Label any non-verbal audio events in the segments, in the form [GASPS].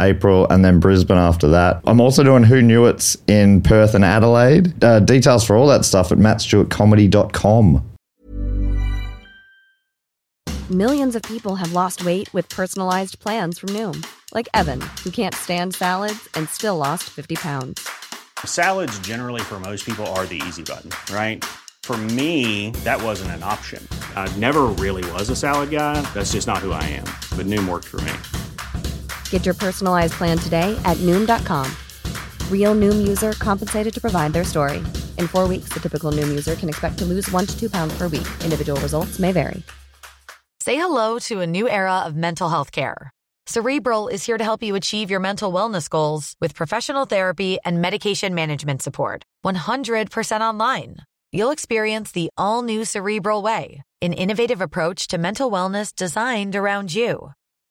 April, and then Brisbane after that. I'm also doing Who Knew It's in Perth and Adelaide. Uh, details for all that stuff at mattstewartcomedy.com. Millions of people have lost weight with personalized plans from Noom, like Evan, who can't stand salads and still lost 50 pounds. Salads, generally, for most people, are the easy button, right? For me, that wasn't an option. I never really was a salad guy. That's just not who I am. But Noom worked for me. Get your personalized plan today at Noom.com. Real Noom user compensated to provide their story. In four weeks, the typical Noom user can expect to lose one to two pounds per week. Individual results may vary. Say hello to a new era of mental health care. Cerebral is here to help you achieve your mental wellness goals with professional therapy and medication management support. 100% online. You'll experience the all new Cerebral Way, an innovative approach to mental wellness designed around you.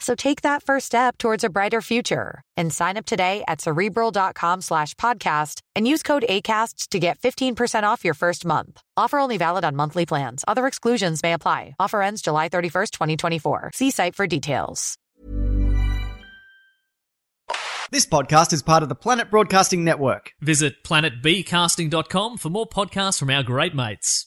So take that first step towards a brighter future and sign up today at cerebral.com slash podcast and use code ACAST to get 15% off your first month. Offer only valid on monthly plans. Other exclusions may apply. Offer ends July 31st, 2024. See site for details. This podcast is part of the Planet Broadcasting Network. Visit planetbcasting.com for more podcasts from our great mates.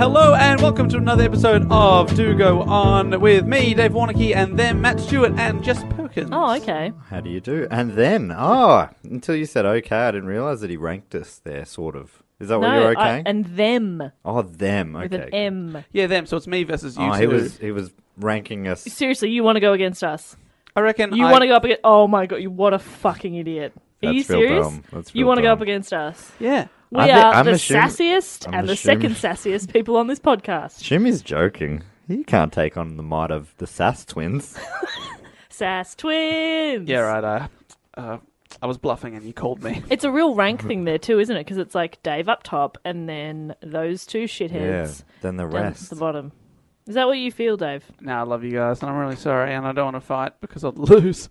Hello and welcome to another episode of Do Go On with me, Dave Warnocky, and then Matt Stewart and Jess Perkins. oh, okay. How do you do? And then, oh, until you said okay, I didn't realize that he ranked us there, sort of. Is that what no, you're I- okay? and them oh, them. Okay. with an M. Yeah, them. So it's me versus you Oh, he two. was he was ranking us. Seriously, you want to go against us? I reckon You I- want to go up against? Oh my god, you what a fucking idiot! Are That's you real serious? dumb. That's you real want to go dumb. up against us? Yeah. We I thi- are I'm the assuming- sassiest I'm and the assuming- second sassiest people on this podcast. Jim is joking. He can't take on the might of the Sass twins. Sass twins. Yeah, right. Uh, uh, I was bluffing and you called me. It's a real rank thing there too, isn't it? Because it's like Dave up top, and then those two yeah. shitheads Then the down at rest. the bottom. Is that what you feel, Dave? Now I love you guys, and I'm really sorry, and I don't want to fight because I'd lose.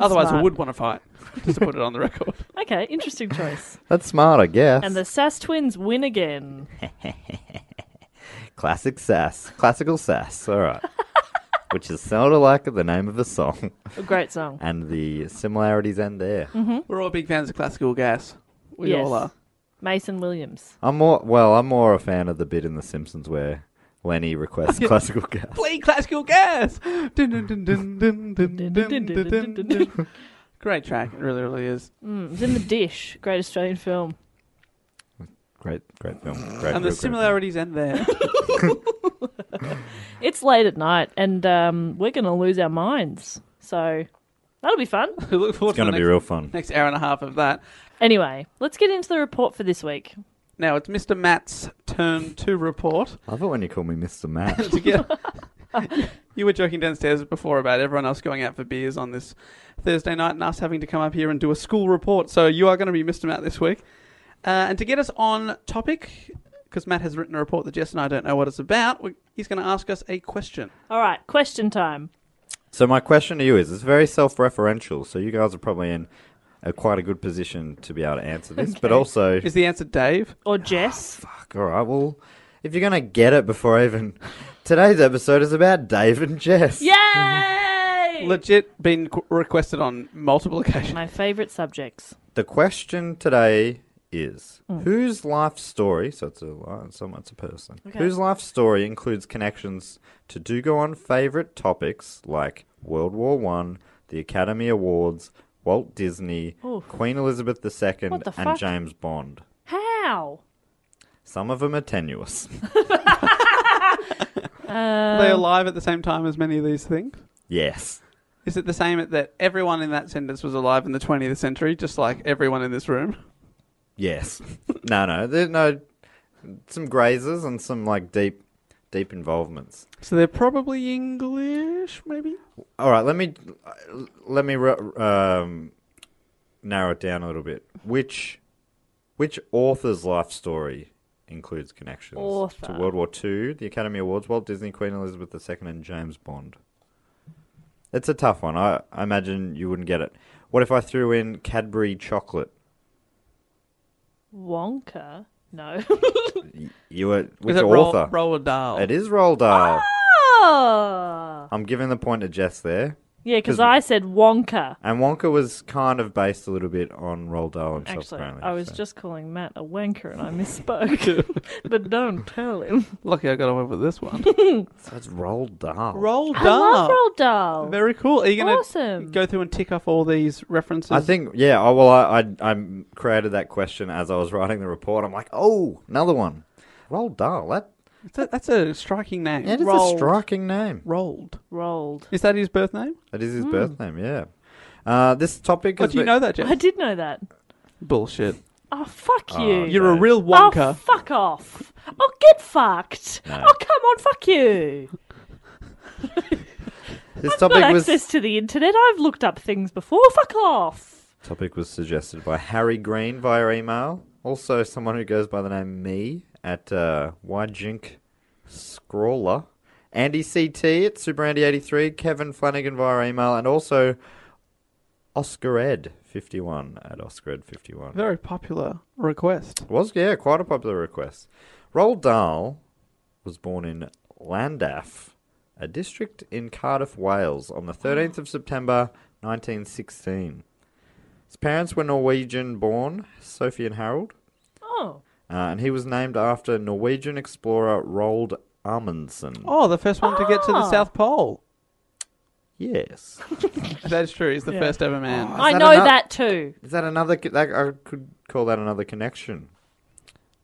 Otherwise, I Smart. would want to fight. Just to put it on the record. Okay, interesting choice. That's smart, I guess. And the Sass twins win again. classic Sass, classical Sass. All right. Which is sort of like the name of the song, [LAUGHS] A great song. and the similarities end there. [LAUGHS] We're all big fans of classical gas. We Yes. all are. Mason Williams. I'm more well. I'm more a fan of the bit in The Simpsons where Lenny requests classical gas. Play classical gas. Dun, dun, dun, dun, dun, dun, dun, dun, dun, dun. Great track. It really, really is. Mm, it was in the dish. Great Australian film. Great, great film. Great, And real the great film. similarities end [LAUGHS] there. It's late at night, and um, we're going to lose our minds. So that'll be fun. We look forward to It's going to the be next, real fun. next hour and a half of that. Anyway, let's get into the report for this week. Now it's Mr. Matt's turn to report. I love it when you call me Mr. [LAUGHS] Matt. to get. you were joking downstairs before about everyone else going out for beers on this Thursday night and us having to come up here and do a school report. So you are going to be Mr. Matt this week. Uh, and to get us on topic, because Matt has written a report that Jess and I don't know what it's about, we, he's going to ask us a question. All right, question time. So my question to you is: It's very self-referential, so you guys are probably in a, quite a good position to be able to answer this. But also, Is the answer Dave? Or Jess? [GASPS] fuck, all right, well, if you're gonna get it before I even [LAUGHS] today's episode is about Dave and Jess. Yay! Legit been qu- requested on multiple occasions. Mm-hmm. My favourite subjects. The question today is: Hmm. Whose life story? So it's a li- someone, it's a person. Whose life story includes connections to do go on favorite topics like World War One, the Academy Awards, Walt Disney, Oof. Queen Elizabeth II, What the and fuck? James Bond. How? Some of them are tenuous. [LAUGHS] Are they alive at the same time as many of these things? yes. Is it the same that everyone in that sentence was alive in the 20th century, just like everyone in this room? Yes. no, no. There's no some grazes and some like deep deep involvements. So they're probably English, maybe? All right, let me let me ru- um, narrow it down a little bit. Which which author's life story includes connections to Author. World War II, the Academy Awards, Walt Disney, Queen Elizabeth II, and James Bond? It's a tough one. I, I imagine you wouldn't get it. What if I threw in Cadbury chocolate? Wonka? [LAUGHS] No. [LAUGHS] You were which Is it Ro- author? Roald Dahl? It is Roald Dahl. oh! I'm giving the point to Jess there. Yeah, because 'Cause- I said Wonka. And Wonka was kind of based a little bit on Roald Dahl himself, Actually, apparently. I was so. just calling Matt a wanker and I [LAUGHS] misspoke. [LAUGHS] but don't tell him. Lucky I got away with this [LAUGHS] one. So it's Roald Dahl. Roll I love Dahl. Roald Dahl. Very cool. Are you going to Awesome. go through and tick off all these references? I think, yeah. Oh, well, I, I I created that question as I was writing the report. I'm like, oh, another one. Roald Dahl. That That- that's a striking name. that is a Roald. striking name. Rolled. Rolled. Is that his birth name? That is his birth name. Yeah. Uh, this topic. Oh, is do you bit- know that, Jess? I did know that. Bullshit. Oh, fuck you. [LAUGHS] You're a real Oh, Wonka. fuck off. Oh, get fucked. Oh, come on, fuck you. This I've [LAUGHS] got topic was access to the internet. I've looked up things before. Fuck off. topic was suggested by Harry Green via email. Also, someone who goes by the name me at uh, Yjink Scrawler. Andy CT at SuperAndy83, Kevin Flanagan via email, and also Oscar Ed 51 at Oscar Ed 51. Very popular request. Was yeah, quite a popular request. Roald Dahl was born in Landaff, a district in Cardiff, Wales, on the 13th of September 1916. His parents were Norwegian-born, Sophie and Harold, Oh. uh, and he was named after Norwegian explorer Roald Amundsen. Oh, the first one to get to the Ah. South Pole. Yes, That's true. He's the first ever man. I that know enough? that too. is that another? co- That, I could call that another connection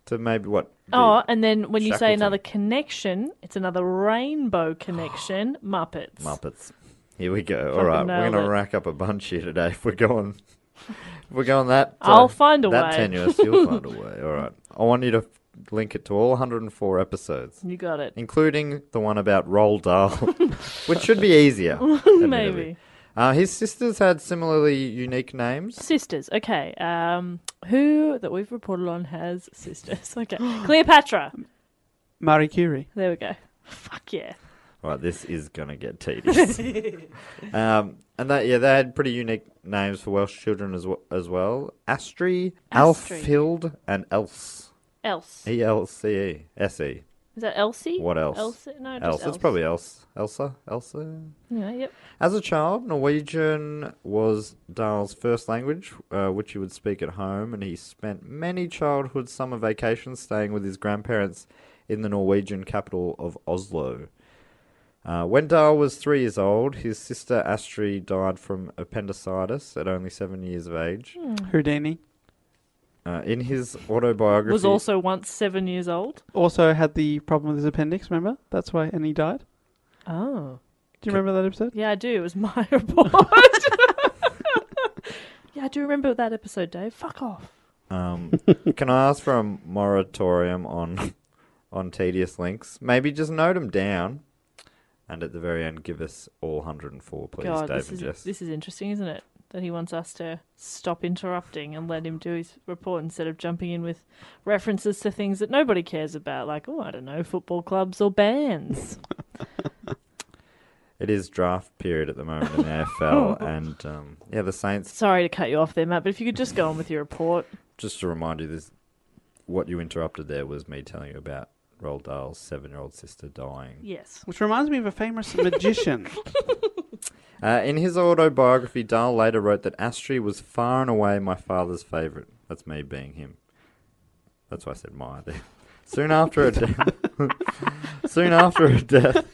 to maybe what? the- Oh, and then when you say Shackleton. another connection, it's another rainbow [GASPS] connection. Muppets. Muppets. Here we go. All Fucking right, we're nailed gonna it. rack up a bunch here today. If we're going, if we're going that. [LAUGHS] I'll find a that way. [LAUGHS] tenuous. You'll find a way. All right. I want you to f- link it to all 104 episodes, You got it. including the one about [LAUGHS] Roald Dahl, which should be easier. admittedly. Maybe. Uh, his sisters had similarly unique names. Sisters. Okay. Um, who that we've reported on has sisters? [LAUGHS] Okay. Cleopatra. Marie Curie. There we go. Fuck yeah. All Right, this is gonna [LAUGHS] get tedious. um, and that yeah, they had pretty unique names for Welsh children as well. As well, Astri, Astrid. Alfield, and Else. Else. E L C E S E. Is that Elsie? What else? Elsie? No, just Else. It's probably else. Elsa. Elsa. Yeah, yep. As a child, Norwegian was Dahl's first language, uh, which he would speak at home, and he spent many childhood summer vacations staying with his grandparents in the Norwegian capital of Oslo. Uh, when Dahl was three years old, his sister Astrid died from appendicitis at only seven years of age. Hmm. Houdini. Uh, in his autobiography, Was also once seven years old. Also had the problem with his appendix, remember? That's why, and he died. Oh. Do you remember that episode? Yeah, I do. It was my [LAUGHS] [LAUGHS] report. yeah, I do remember that episode, Dave. Fuck off. Um, [LAUGHS] can I ask for a moratorium on [LAUGHS] on tedious links? Maybe just note them down, and at the very end, give us all 104, please, God, Dave this and is Jess. this is interesting, isn't it? That he wants us to stop interrupting and let him do his report instead of jumping in with references to things that nobody cares about, like oh, I don't know, football clubs or bands. It is draft period at the moment in the [LAUGHS] AFL, and um, yeah, the Saints. Sorry to cut you off there, Matt, but if you could just go on with your report. Just to remind you, this what you interrupted there was me telling you about Roald Dahl's seven-year-old sister dying. Yes. Which reminds me of [LAUGHS] a famous magician. Uh, in his autobiography, Dahl later wrote that Astri was far and away my father's favourite. That's me being him. That's [LAUGHS] why I said my there. Soon after her death, soon after her death,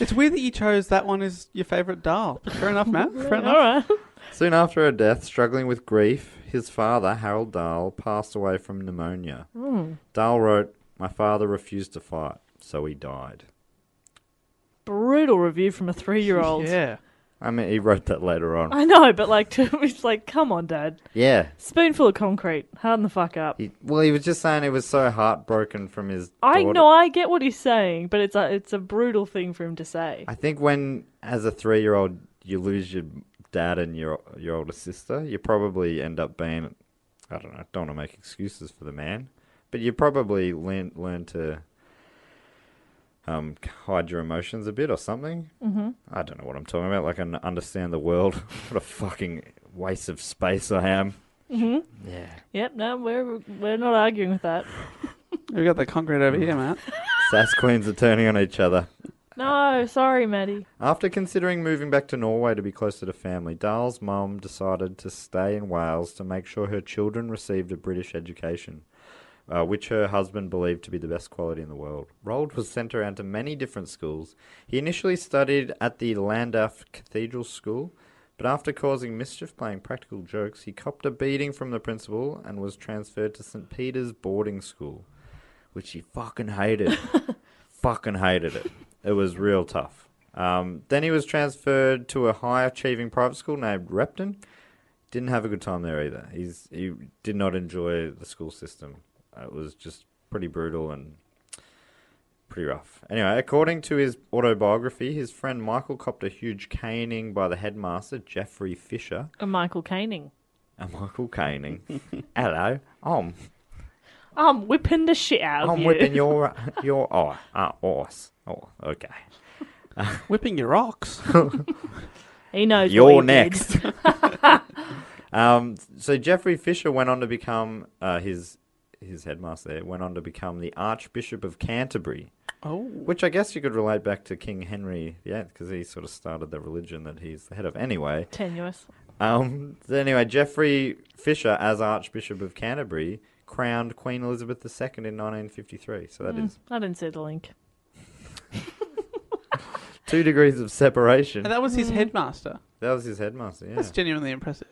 It's weird that you chose that one as your favourite Dahl. Fair enough, Matt. Fair enough. Soon after her death, struggling with grief, his father, Harold Dahl, passed away from pneumonia. Hmm. Dahl wrote, My father refused to fight, so he died. Brutal review from a three-year-old. I mean, he wrote that later on. I know, but like, [LAUGHS] to, it's like, come on, Dad. Yeah. Spoonful of concrete. Harden the fuck up. He, well, he was just saying he was so heartbroken from his. I daughter. know, I get what he's saying, but it's a, it's a brutal thing for him to say. I think when, as a three-year-old, you lose your dad and your your older sister, you probably end up being, I don't know, I don't want to make excuses for the man, but you probably learn learn to um, hide your emotions a bit or something. Mhm. I don't know what I'm talking about. Like, I n- understand the world. [LAUGHS] what a fucking waste of space I am. hmm Yeah. Yep, no, we're, we're not arguing with that. We got the concrete over here, Matt. Sass queens are turning on each other. No, Oh, sorry, Maddie. After considering moving back to Norway to be closer to family, Dahl's mum decided to stay in Wales to make sure her children received a British education, uh, which her husband believed to be the best quality in the world. Rold was sent around to many different schools. He initially studied at the Landaff Cathedral School, but after causing mischief playing practical jokes, he copped a beating from the principal and was transferred to St. Peter's boarding school, which he fucking hated. fucking hated it. It was real tough. Um, then he was transferred to a high achieving private school named Repton. Didn't have a good time there either. He's he did not enjoy the school system. It was just pretty brutal and pretty rough. Anyway, according to his autobiography, his friend Michael copped a huge caning by the headmaster Jeffrey Fisher. [LAUGHS] And Michael Caning. And Michael caning. Hello, I'm I'm whipping the shit out of I'm you. whipping your your oh, oh, horse. Oh, okay. Whipping your rocks. [LAUGHS] He knows what You're he did. next. um, so Jeffrey Fisher went on to become uh, his his headmaster. There, went on to become the Archbishop of Canterbury, Oh. which I guess you could relate back to King Henry VIII because he sort of started the religion that he's the head of. Anyway, [LAUGHS] Tenuous. um, so anyway, Jeffrey Fisher as Archbishop of Canterbury crowned Queen Elizabeth II in 1953. So Hmm. that is I didn't see the link. two degrees of separation. And [LAUGHS] that was his headmaster. That was his headmaster. Yeah. That's genuinely impressive.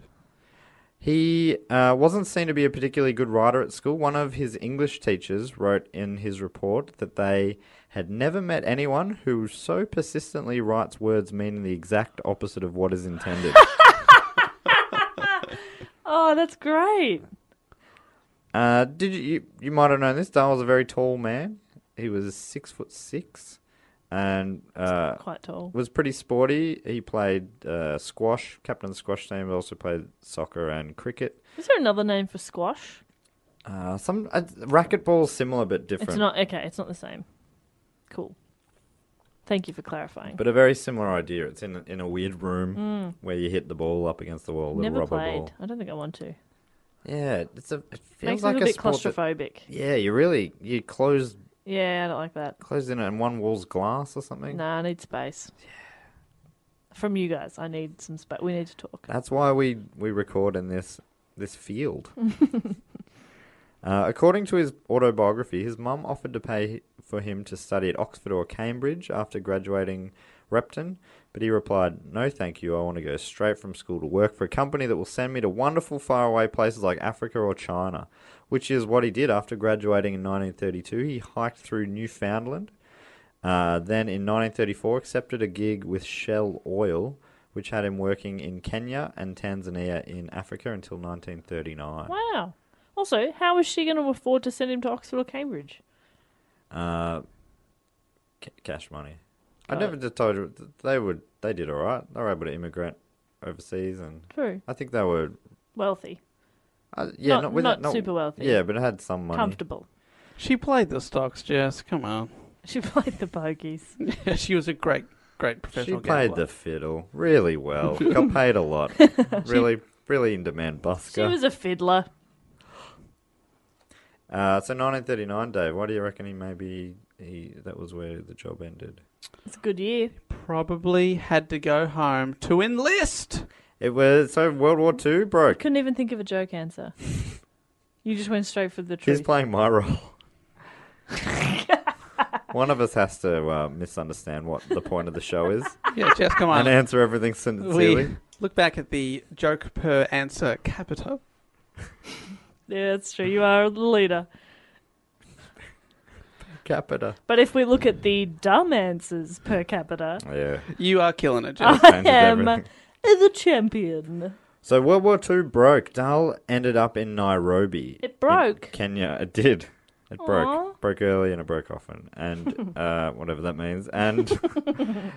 He uh, wasn't seen to be a particularly good writer at school. One of his English teachers wrote in his report that they had never met anyone who so persistently writes words meaning the exact opposite of what is intended. Oh, that's great. uh, did you, you? You might have known this. Dahl was a very tall man. He was six foot six, and uh, Quite tall. was pretty sporty. He played uh, squash, captain of the squash team, but also played soccer and cricket. Is there another name for squash? Uh, some uh, racquetball's similar but different. It's not okay. It's not the same. Cool. Thank you for clarifying. But a very similar idea. It's in a, in a weird room where you hit the ball up against the wall, little Hmm. Never rubber played. ball. I don't think I want to. Yeah, it's a. It feels Makes like me a, a bit sport that- claustrophobic. yeah, you really you close Yeah, I don't like that. close in and one wall's glass or something. Nah, I need space. From you guys, I need some space. We need to talk. That's why we we record in this this field. uh, according to his autobiography, his mum offered to pay for him to study at Oxford or Cambridge after graduating Repton, but he replied, "No, thank you. I want to go straight from school to work for a company that will send me to wonderful faraway places like Africa or China." Which is what he did after graduating in 1932. He hiked through Newfoundland uh, then in 1934, accepted a gig with Shell Oil, which had him working in Kenya and Tanzania in Africa until 1939. Wow. Also, how is she going to afford to send him to Oxford or Cambridge? Uh, ca- cash money. Uh, I Got never just told you th- they would. They did all right. They were able to immigrate overseas, and True. I think they were. Wealthy. Uh, yeah, Not- not, with not super wealthy. Yeah, but it had some money. Comfortable. [LAUGHS] She played the stocks, Jess. Come on. [LAUGHS] She played the bogies. she was a great, great She professional played gambler. the fiddle really well. Got paid a [LAUGHS] lot. really, really in demand busker. She was a fiddler. Uh, so 1939, Dave. Why do you reckon he maybe he that was where the job ended? It's a good year. Probably had to go home to enlist. It was so World War Two broke. Couldn't even think of a joke answer. [LAUGHS] you just went straight for the He's truth. playing my role. One of us has to uh, misunderstand what the point of the [LAUGHS] show is. Yeah, Jess, come on. And answer everything We sincerely. look back at the joke per answer capita. Yeah, that's true. You are the leader. Capita. But if we look at the dumb answers per capita, [LAUGHS] Yeah. You are killing it, Jess. I changes am everything. the champion. So World War II broke. Dahl ended up in Nairobi. It broke. In Kenya. It did. It Aw. broke. Broke early and it broke often. [LAUGHS] And uh, whatever that means. And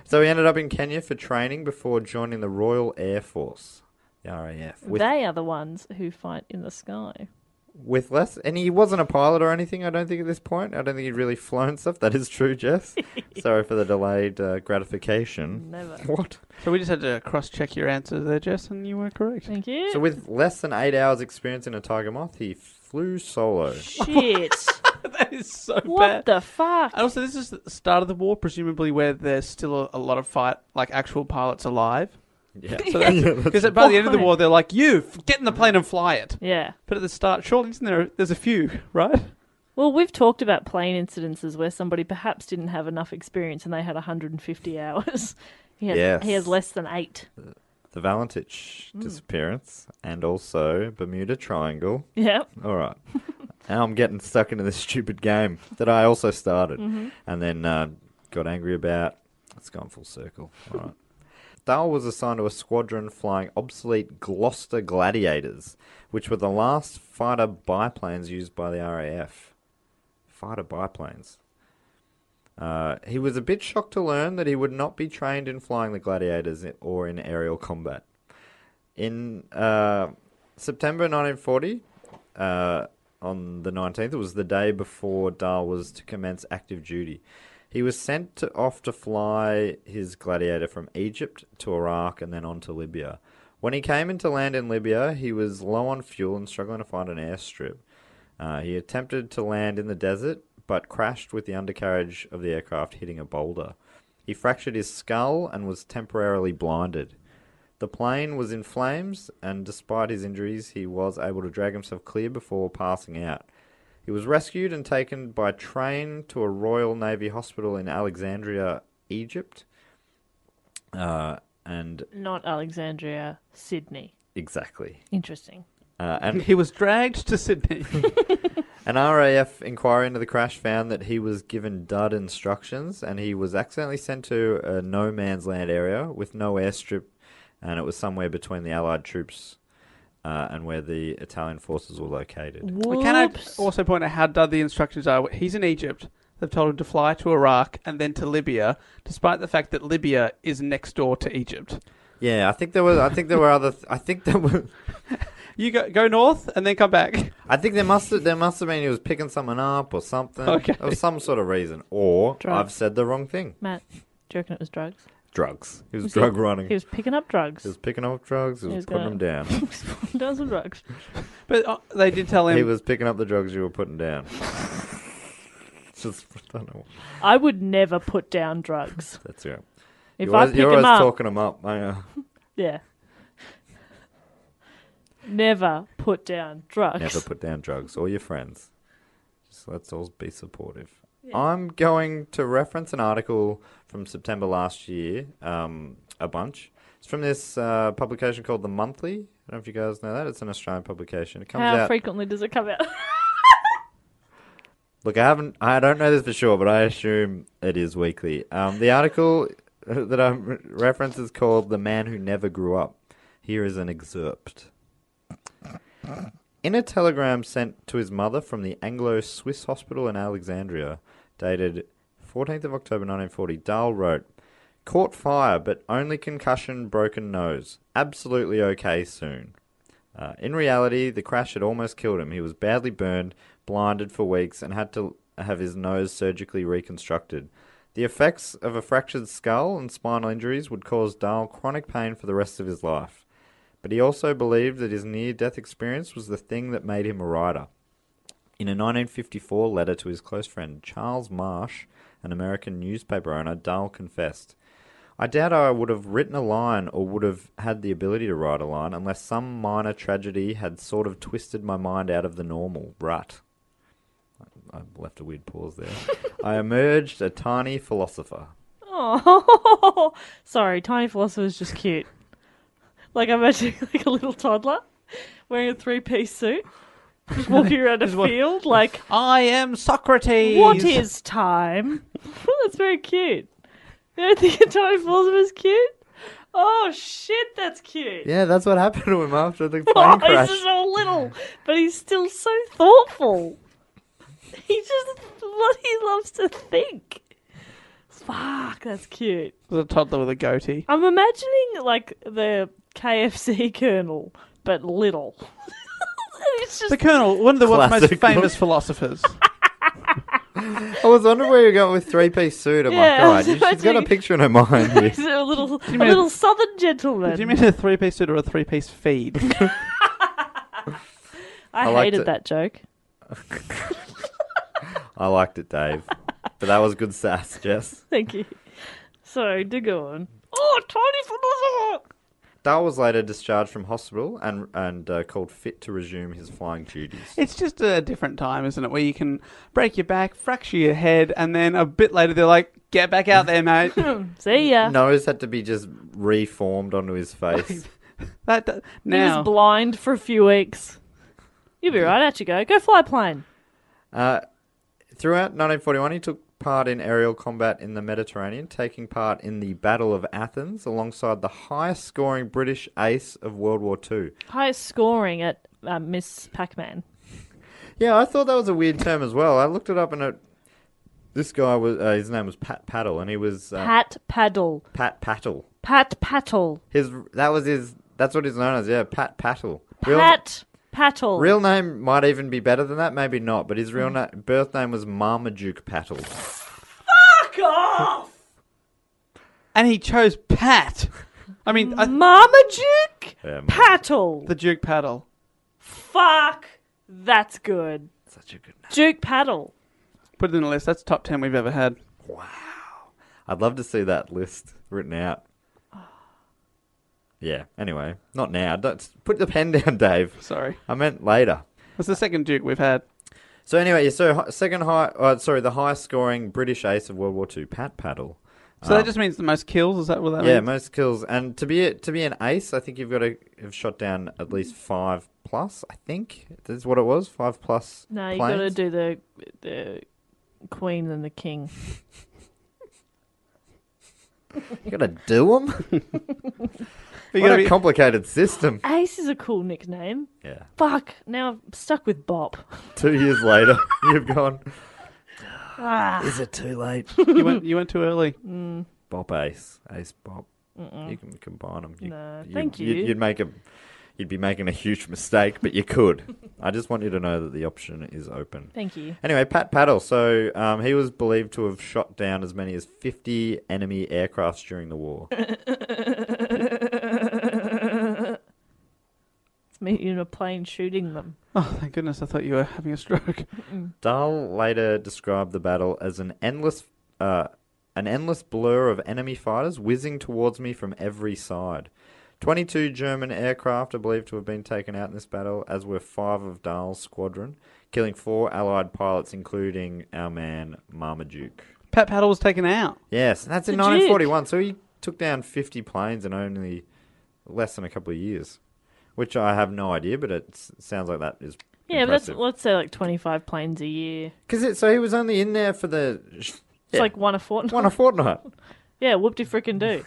[LAUGHS] so he ended up in Kenya for training before joining the Royal Air Force. The RAF. With, They are the ones who fight in the sky. with less. And he wasn't a pilot or anything, I don't think, at this point. I don't think he'd really flown stuff. [LAUGHS] That is true, Jess. Sorry for the delayed uh, gratification. Never. What? So we just had to cross check your answer there, Jess, and you were correct. Thank you. So, with less than eight hours' experience in a Tiger Moth, he flew solo. [LAUGHS] Shit. [LAUGHS] that is so what the fuck? And also, this is the start of the war, presumably where there's still a, a lot of fight, like actual pilots alive. [LAUGHS] Yeah. So that's because by the end of the point. war, they're like, "You f- get in the plane and fly it." Yeah. But at the start, surely isn't there? There's a few, right? [LAUGHS] Well, we've talked about plane incidences where somebody perhaps didn't have enough experience and they had 150 [LAUGHS] hours. He has, Yes. he has less than eight. The Valentich disappearance and also Bermuda Triangle. Yeah. [LAUGHS] All right. now I'm getting stuck into this stupid game that I also started and then uh, got angry about. It's gone full circle. All right. Dahl was assigned to a squadron flying obsolete Gloucester Gladiators, which were the last fighter biplanes used by the RAF. Fighter biplanes. Uh, he was a bit shocked to learn that he would not be trained in flying the gladiators i- or in aerial combat. In uh, September 1940, uh, on the 19th, it was the day before Dahl was to commence active duty. He was sent to, off to fly his gladiator from Egypt to Iraq and then on to Libya. When he came into land in Libya, he was low on fuel and struggling to find an airstrip. Uh, he attempted to land in the desert, but crashed with the undercarriage of the aircraft hitting a boulder. He fractured his skull and was temporarily blinded. The plane was in flames, and despite his injuries, he was able to drag himself clear before passing out. He was rescued and taken by train to a Royal Navy hospital in Alexandria, Egypt. Uh, and Not Alexandria, Sydney. exactly. Interesting. Uh, [LAUGHS] and He was dragged to Sydney. An RAF inquiry into the crash found that he was given dud instructions and he was accidentally sent to a no man's land area with no airstrip, and it was somewhere between the Allied troops uh, and where the Italian forces were located. Well, Can I also point out how dud the instructions are? He's in Egypt. They've told him to fly to Iraq and then to Libya, despite the fact that Libya is next door to Egypt. Yeah, I think there was. I think there were other. Th- I think there were. You go, go north and then come back. [LAUGHS] I think there must have, there must have been he was picking someone up or something. Okay. There was some sort of reason, or Drugs. I've said the wrong thing. Matt, do you reckon it was drugs? Drugs. He was, Was drug he- running. He was picking up drugs. [LAUGHS] He was picking up drugs. He was, was putting gonna- them down. Done some drugs. But uh, they did tell him He was picking up the drugs you were putting down. Just, I don't know. I would never put down drugs. That's right. If you're I always, pick you're them always up, talking them up. I know. yeah. Never put down drugs. Never put down drugs or your friends. Just let's all be supportive. I'm going to reference an article from September last year, um, a bunch. It's from this uh, publication called The Monthly. I don't know if you guys know that. It's an Australian publication. It comes How out. frequently does it come out? Look, I haven't. I don't know this for sure, but I assume it is weekly. Um, the article [LAUGHS] that I re- reference is called "The Man Who Never Grew Up." Here is an excerpt. In a telegram sent to his mother from the Anglo-Swiss Hospital in Alexandria, dated 14th of October 1940, Dahl wrote, "Caught fire, but only concussion, broken nose. Absolutely okay soon." Uh, in reality, the crash had almost killed him. He was badly burned, blinded for weeks, and had to have his nose surgically reconstructed. The effects of a fractured skull and spinal injuries would cause Dahl chronic pain for the rest of his life. But he also believed that his near death experience was the thing that made him a writer. In a 1954 letter to his close friend Charles Marsh, an American newspaper owner, Dahl confessed, I doubt I would have written a line or would have had the ability to write a line unless some minor tragedy had sort of twisted my mind out of the normal rut. I left a weird pause there. [LAUGHS] I emerged a tiny philosopher. Oh, [LAUGHS] sorry. Tiny philosopher is just cute. Like I'm imagining [LAUGHS] like a little toddler wearing a three-piece suit, just walking around a field. Like I am Socrates. what is time? [LAUGHS] that's very cute. You don't think a tiny philosopher is cute? Oh shit, that's cute. Yeah, that's what happened to him after [LAUGHS] the plane Oh, crash. he's just all little, but he's still so thoughtful. [LAUGHS] He just what he loves to think. Fuck, that's cute. There's a toddler with a goatee. I'm imagining like the KFC [LAUGHS] Colonel, but little. [LAUGHS] it's just The Colonel, one of the world's most Classic. famous [LAUGHS] philosophers. I was wondering where you're going with three piece suit. I'm Yeah, [LAUGHS] I like, was God, she's got a imagining- picture in her mind. he's [LAUGHS] [LAUGHS] here. a little, a mean- little Southern gentleman. Do you mean a three piece suit or a three piece feed? [LAUGHS] I, I liked hated it. that joke. I liked it, Dave. But that was good sass, Jess. Thank you. So do go on. Oh, tiny philosopher. Dahl was later discharged from hospital and and uh, called fit to resume his flying duties. It's just a different time, isn't it? Where you can break your back, fracture your head, and then a bit later they're like, get back out [LAUGHS] there, mate. See ya. Nose had to be just reformed [LAUGHS] onto his face. that, that- He now, was blind for a few weeks. You'll be Mm. right. Out you go. Go fly a plane. Uh, throughout 1941, he took part in aerial combat in the Mediterranean, taking part in the Battle of Athens alongside the highest scoring British ace of World War II. Highest scoring at um, Miss Pac-Man. Yeah, I thought that was a weird term as well. I looked it up and it, this guy was uh, his name was Pat Paddle, and he was uh, Pat paddle. Pat Paddle. Pat paddle. His that was his that's what he's known as. Yeah, Pat Paddle. Pat paddle. Real name might even be better than that, maybe not. But his real Hmm. na- birth name was Marmaduke Paddle. and he chose Pat. I mean, I, Marmaduke Yeah, Marmaduke. paddle. the Duke Paddle. Fuck. That's good. Such a good name. Duke paddle. Put it in a list. That's top 10 we've ever had. I'd love to see that list written out. Yeah. Anyway, not now. Don't put the pen [LAUGHS] down, Dave. Sorry. I meant later. That's the second Duke we've had. So anyway, so hi- second high, uh, sorry, the highest scoring British ace of World War II, Pat Paddle. So that just means the most kills. Is that what that yeah, means? most kills, and to be a, to be an ace, I think you've got to have shot down at least five plus. I think that's what it was, five plus. No, you planes. got to do the the queen and the king. You gotta do [LAUGHS] them. You what gotta a be- [LAUGHS] complicated system. Ace is a cool nickname. Yeah. Fuck. Now I'm stuck with Bob. Two years later, [LAUGHS] you've gone. Ah. Is it too late? you, went, you went too early. Bop ace, ace bop. You can combine them. You, No, thank You'd, you. you'd make a, you'd be making a huge mistake, but you [LAUGHS] could. I just want you to know that the option is open. Thank you. Anyway, Pat Paddle. So um, he was believed to have shot down as many as 50 enemy aircrafts during the war. It's me in a plane shooting them. [LAUGHS] Oh, thank goodness. I thought you were having a stroke. Dahl later described the battle as an endless, uh, an endless blur of enemy fighters whizzing towards me from every side. 22 German aircraft are believed to have been taken out in this battle, as were five of Dahl's squadron, killing four Allied pilots, including our man Marmaduke. Pat Paddle was taken out. Yes, and that's in The Duke. 1941. So he took down 50 planes in only less than a couple of years, which I have no idea, but it s- sounds like that is. Yeah, but that's impressive. let's say like twenty five planes a year. Cause it, so he was only in there for the. It's like one a fortnight. one Uh, a fortnight. [LAUGHS] yeah, whoop de frickin' do.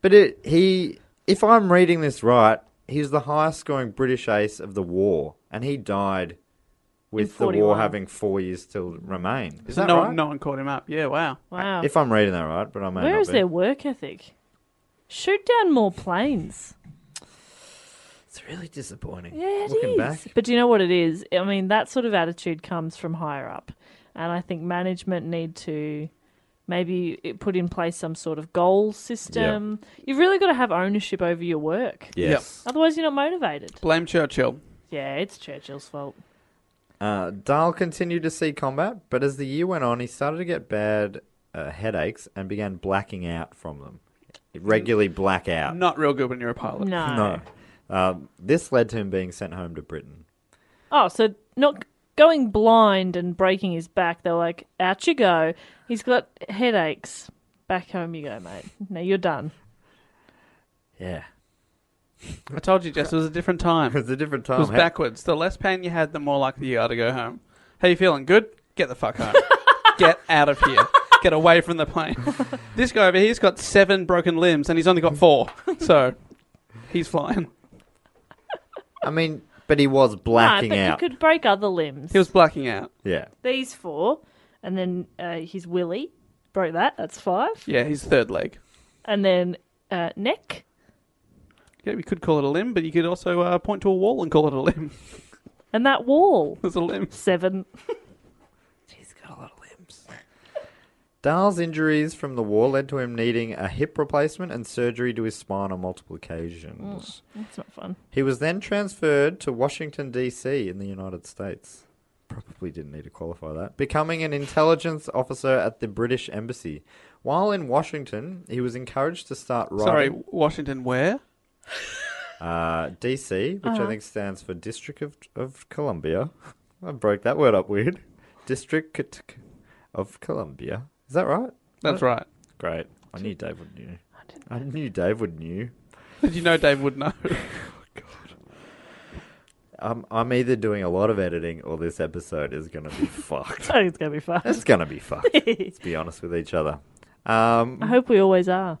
But it, he, if I'm reading this right, he was the highest scoring British ace of the war, and he died with the war 41. having four years to remain. Is So that no, right? no one caught him up. Yeah, wow. Wow. If I'm reading that right, but I may Where not is be. their work ethic? Shoot down more planes. It's really disappointing. Yeah, it is. Looking back, But do you know what it is? I mean, that sort of attitude comes from higher up, and I think management need to maybe it- put in place some sort of goal system. You've really got to have ownership over your work. yes. Otherwise, you're not motivated. Blame Churchill. Yeah, it's Churchill's fault. Uh, Dahl continued to see combat, but as the year went on, he started to get bad uh, headaches and began blacking out from them. Regularly black out. Uh, Not real good when you're a pilot. No. No. Um, this led to him being sent home to Britain. Oh, so not going blind and breaking his back, they're like, out you go. He's got headaches. Back home you go, mate. Now you're done. Yeah. I told you, Jess, it was a different [LAUGHS] time. [LAUGHS] It's a different It time. was Hey, backwards. The less pain you had, the more likely you are to go home. How you feeling? Good? Get the fuck [LAUGHS] home. Get out of here. Get away from the [LAUGHS] plane. this guy over here's got seven broken limbs and he's only got four. So he's flying. I mean, but he was blacking no, but out. you could break other limbs. He was blacking out. Yeah. These four, and then uh, his willy broke that. That's five, Yeah, his third leg. and then uh, neck. Yeah, we could call it a limb, but you could also uh, point to a wall and call it a limb. And that wall. [LAUGHS] There's a limb. Seven. Dahl's injuries from the war led to him needing a hip replacement and surgery to his spine on multiple occasions. Mm. That's not fun. He was then transferred to Washington, D.C. in the United States. Probably didn't need to qualify that. Becoming an intelligence officer at the British Embassy. While in Washington, he was encouraged to start Sorry, writing Washington, where? uh, D.C., which I think stands for District of, of Columbia. [LAUGHS] I broke that word up weird. District of Columbia. Is that right? That's right. [LAUGHS] Great. I knew Dave would knew. I, knew Dave would knew. Did you know Dave would know? [LAUGHS] Um, I'm either doing a lot of editing or this episode is going to be [LAUGHS] fucked. I think it's gonna be fun. It's going to be fucked. Let's be honest with each other. Um, I hope we always are.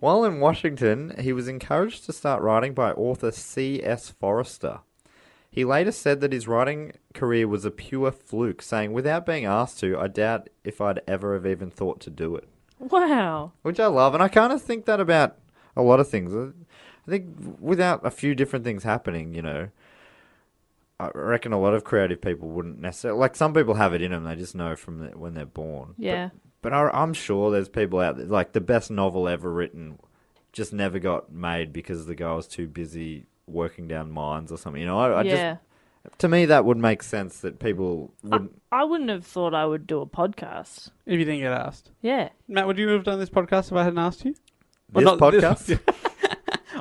while in Washington, he was encouraged to start writing by author C.S. Forrester. He later said that his writing career was a pure fluke, saying, without being asked to, I doubt if I'd ever have even thought to do it. Wow. which I love, and I kind of think that about a lot of things. I I think without a few different things happening, you know, I reckon a lot of creative people wouldn't necessarily like. Some people have it in them; they just know from the, when they're born. But- Yeah. But, I, I'm sure there's people out there like the best novel ever written, just never got made because the guy was too busy working down mines or something. You know, I, I yeah. Ah. just to me that would make sense that people wouldn't. I wouldn't have thought I would do a podcast. if you didn't get asked. Yeah. Matt, would you have done this podcast if I hadn't asked you? Well, This not this- podcast. [LAUGHS]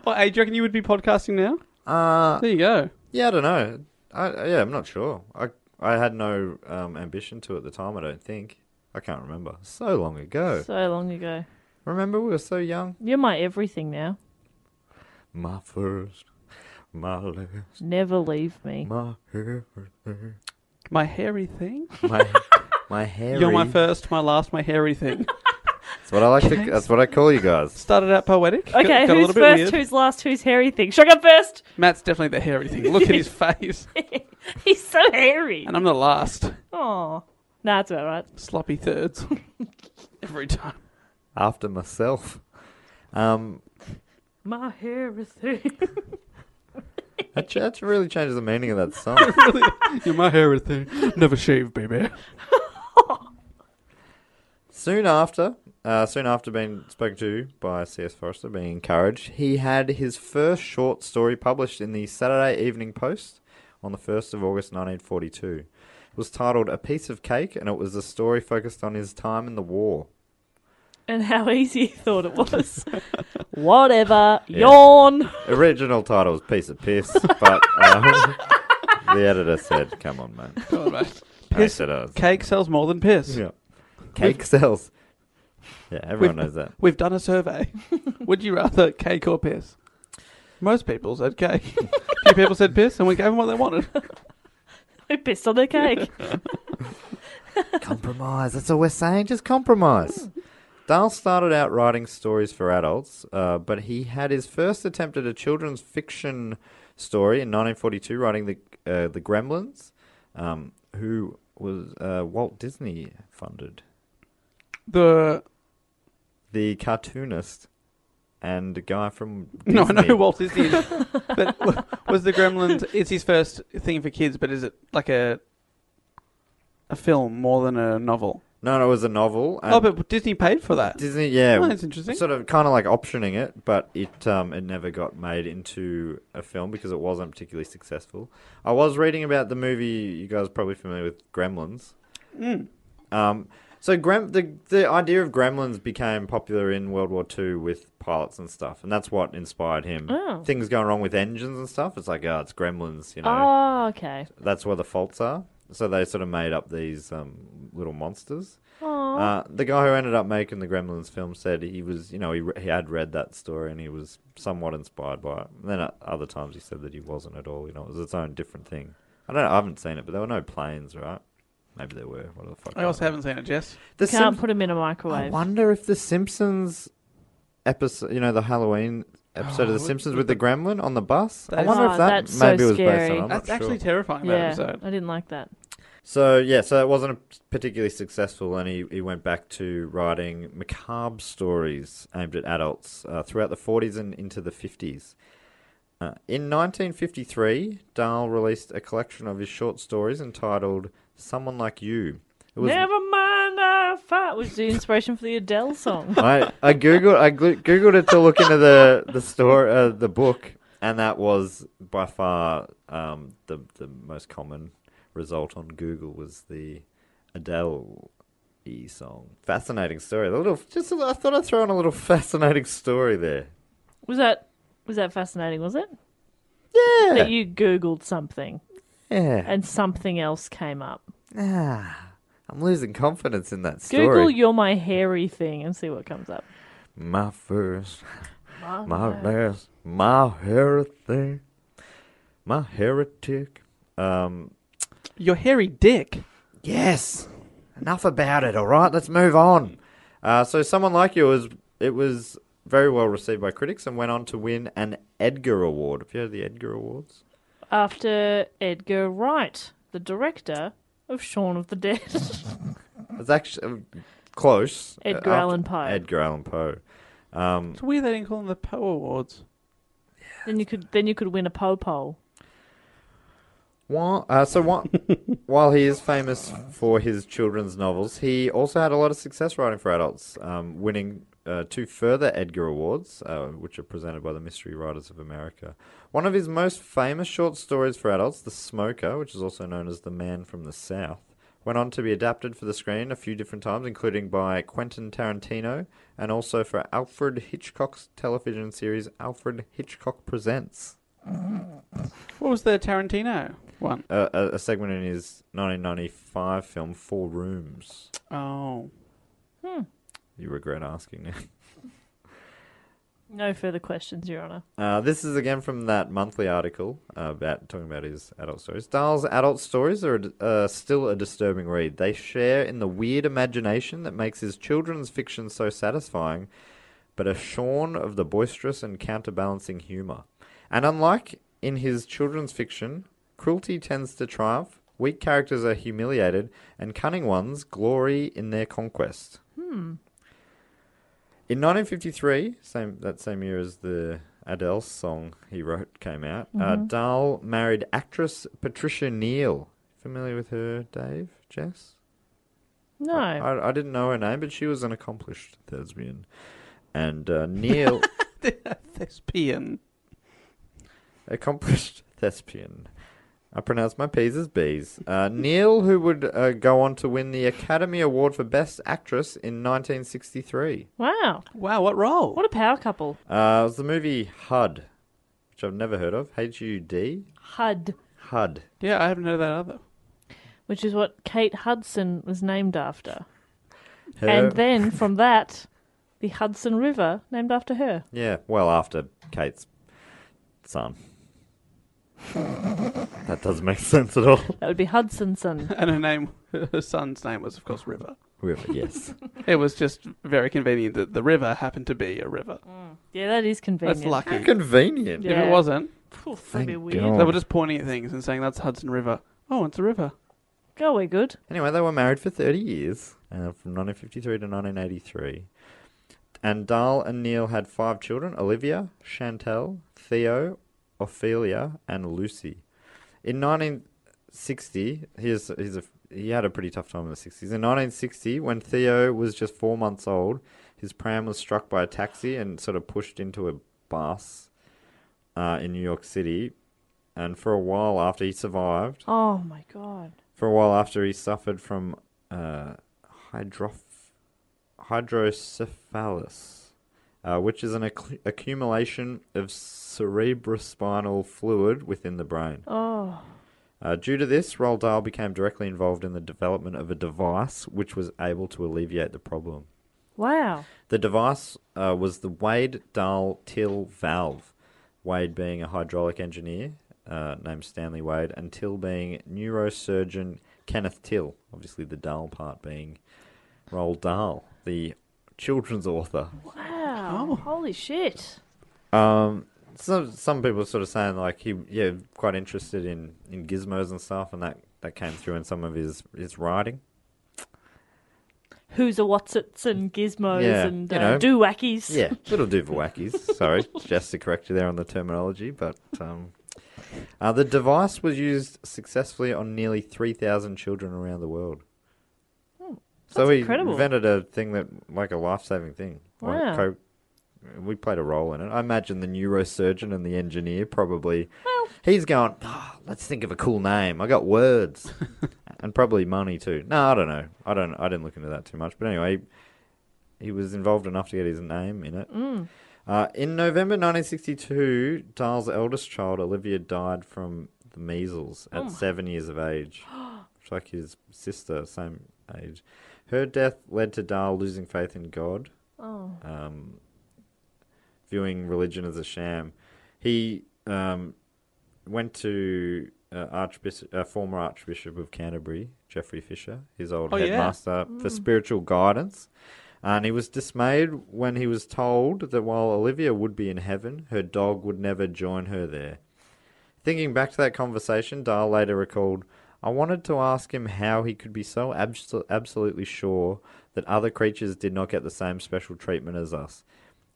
Well, Oh, hey, do you reckon you would be podcasting now? uh, There you go. Yeah, I don't know. I I- yeah, I'm not sure. I I had no um, ambition to at the time. I don't think. I can't remember. So long ago. So long ago. Remember, we were so young. You're my everything now. My first, my last, Never leave me. my everything. My hairy thing. My my hairy. You're my first, my last, my hairy [LAUGHS] thing. That's what I like to. That's what I call you guys. Started out poetic. got- Okay, got a who's little bit first, weird. who's last, who's hairy thing? Should I go first? Matt's definitely the hairy thing. [LAUGHS] Look at his face, He's so hairy. and I'm the last. Oh. Nah, that's about right. [LAUGHS] Sloppy thirds every time. After myself. Um, My hair is thing. [LAUGHS] that, ch- that really changes the meaning of [LAUGHS] that song. You're my hairy thing. Never shaved, baby. Soon after, uh, soon after being spoken to by C.S. Forrester, being encouraged, he had his first short story published in the Saturday Evening Post on the 1st of August 1942. It was titled A Piece of Cake, and it was a story focused on his time in the war. and how [LAUGHS] easy he thought it [LAUGHS] was. Whatever. Yawn. Original title was Piece of Piss, but um, the editor said, Come on, man. Come on, mate. Piss it is. Cake sells more than piss. Yeah. Cake sells. Yeah, everyone knows that. We've done [LAUGHS] a survey. Would you rather cake or piss? Most people said cake. a few people said piss, and we gave them what they wanted. We pissed on their cake. compromise. That's all we're saying. Just compromise. Dahl started out writing stories for adults, uh, but he had his first attempt at a children's fiction story in 1942, writing the uh, the Gremlins, um, who was uh, Walt Disney funded. The The cartoonist and guy from [LAUGHS] No, I Disney. know Walt Disney. Is, [LAUGHS] but w- was the Gremlins? It's his first thing for kids, but is it like a a film more than a novel? No, no, it was a novel. oh, and but Disney paid for that. Disney, Um, yeah, Oh, that's interesting. Sort of, kind of like optioning it, but it um, it never got made into a film because it wasn't particularly successful. I Hmm. was reading about the movie. You guys are probably familiar with Gremlins. Um, So Grem- the the idea of gremlins became popular in World War II with pilots and stuff, and that's what inspired him. Oh. Things going wrong with engines and stuff. It's like, oh, it's gremlins, you know. Oh, okay. That's where the faults are. So they sort of made up these um, little monsters. Aw. Uh, the guy who ended up making the Gremlins film said he was, you know, he, re- he had read that story and he was somewhat inspired by it. And then at other times he said that he wasn't at all. You know, it was its own different thing. I don't, I haven't seen it, but there were no planes, right? Maybe there were. What the fuck? I also haven't seen it, Jess. The Can't Simp- put them in a I microwave. wonder if the Simpsons episode, you know, the Halloween episode Oh, of the Simpsons with the Gremlin on the bus. I That's- wonder Oh, if that that's so maybe was based scary. on. it. I'm That's not sure. actually terrifying. That yeah, episode. I didn't like that. So yeah, so it wasn't particularly successful, and he, he went back to writing macabre stories aimed at adults uh, throughout the 40s and into the 50s. Uh, in 1953, Dahl released a collection of his short stories entitled "Someone Like You." It was Never mind, I fart was the inspiration for the Adele song. I, I googled I glu- googled it to look into the the store uh, the book, and that was by far um, the the most common result on Google was the Adele e song. Fascinating story. The little just a, I thought I'd throw in a little [LAUGHS] fascinating story there. Was that was that fascinating? Was it Yeah, that you Googled something yeah. and something else came up? Ah, I'm losing confidence in that story. Google "You're my hairy thing" and see what comes up. My first, my last, my heritage, my heretic. Um, Your hairy dick. Yes. Enough about it. All right, let's move on. Uh, so, someone like you was it was very well received by critics and went on to win an Edgar Award. Have you heard of the Edgar Awards? After Edgar Wright, the director of Shaun of the Dead, [LAUGHS] It's actually um, close. Uh, Edgar After- Allan Poe. Edgar Allan Poe. Hmm. It's weird they didn't call them the Poe Awards. then you could then you could win a po poll. While, uh, so while, while he is famous for his children's novels, he also had a lot of success writing for adults, um, winning uh, two further Edgar Awards, uh, which are presented by the Mystery Writers of America. One of his most famous short stories for adults, The Smoker, which is also known as The Man from the South, went on to be adapted for the screen a few different times, including by Quentin Tarantino and also for Alfred Hitchcock's television series Alfred Hitchcock Presents. What was the Tarantino one? a, a- a segment in his 1995 film Four Rooms. Oh, You regret asking [LAUGHS] now. No further questions, Your Honour. Uh, this is again from that monthly article uh, about talking about his adult stories. Dahl's adult stories are uh, still a disturbing read. They share in the weird imagination that makes his children's fiction so satisfying, but are shorn of the boisterous and counterbalancing humor. And unlike in his children's fiction, cruelty tends to triumph. Weak characters are humiliated, and cunning ones glory in their conquest. In 1953, same that same year as the Adele song he wrote came out, uh, Dahl married actress Patricia Neal. Familiar with her, Dave? Jess? No, I, I didn't know her name, but she was an accomplished thespian. And uh, Neil, [LAUGHS] thespian. accomplished thespian. I pronounce my P's as B's. Uh, Neil, who would uh, go on to win the Academy Award for Best Actress in 1963. wow, Wow, what role? what a power couple. Uh, it was the movie HUD, which I've never heard of. H U D? HUD, HUD. Yeah, I haven't heard of that either. which is what Kate Hudson was named after, Her- and then from that, the Hudson River named after her. yeah, well, after Kate's [LAUGHS] son. that doesn't make sense at all. [LAUGHS] That would be Hudsonson. [LAUGHS] And her name, her son's name was, of course, River. River, yes. It was just very convenient that the river happened to be a river. Yeah, that is convenient. That's [LAUGHS] lucky. Convenient. Yeah. If it wasn't, Poof, that'd be Thank weird. God. they were just pointing at things and saying, that's Hudson River. Oh, it's a river. Go away, good. Anyway, they were married for 30 years, uh, from 1953 to 1983. And Dahl and Neil had five children Olivia, Chantel, Theo, Ophelia, and Lucy. In 1960, here's, here's a, he had a pretty tough time in the 60s. In 1960, when Theo was just four months old, his pram was struck by a taxi and sort of pushed into a bus uh, in New York City. And for a while after he survived, Oh my god. for a while after he suffered from uh, hydroph- hydrocephalus, uh, which is an acc- accumulation of cerebrospinal fluid within the brain. Oh. Uh, due to this, Roald Dahl became directly involved in the development of a device which was able to alleviate the problem. Wow. The device uh, was the Wade Dahl Till valve. Wade being a hydraulic engineer uh, named Stanley Wade, and Till being neurosurgeon Kenneth Till. Obviously, the Dahl part being Roald Dahl, the children's author. Wow. Oh. Holy shit. Um, some some people are sort of saying like he yeah quite interested in, in gizmos and stuff, and that, that came through in some of his his writing. Who's a whatsits and gizmos Yeah, and you uh, know. do wackies. Yeah, [LAUGHS] little duvawackies. Sorry, just to correct you there on the terminology, but um, uh, the device was used successfully on nearly three thousand children around the world. so Hmm, that's we incredible. invented a thing that like a life-saving thing. Like, Wow. co- we played a role in it. I imagine the neurosurgeon and the engineer probably. he's going. "Ah, let's think of a cool name. I [LAUGHS] got words, and probably money too. No, I don't know. I don't. I didn't look into that too much. But anyway, he, he was involved enough to get his name in it. Uh, in November 1962, Dahl's eldest child, Olivia, died from the measles at seven years of age. It's like his sister, same age. Her death led to Dahl losing faith in God, Oh. um, viewing religion as a sham. He um, went to uh, Archbishop, uh, former Archbishop of Canterbury, Geoffrey Fisher, his old Oh, yeah. headmaster, for spiritual guidance. And he was dismayed when he was told that while Olivia would be in heaven, her dog would never join her there. Thinking back to that conversation, Dahl later recalled, I wanted to ask him how he could be so abs- absolutely sure that other creatures did not get the same special treatment as us.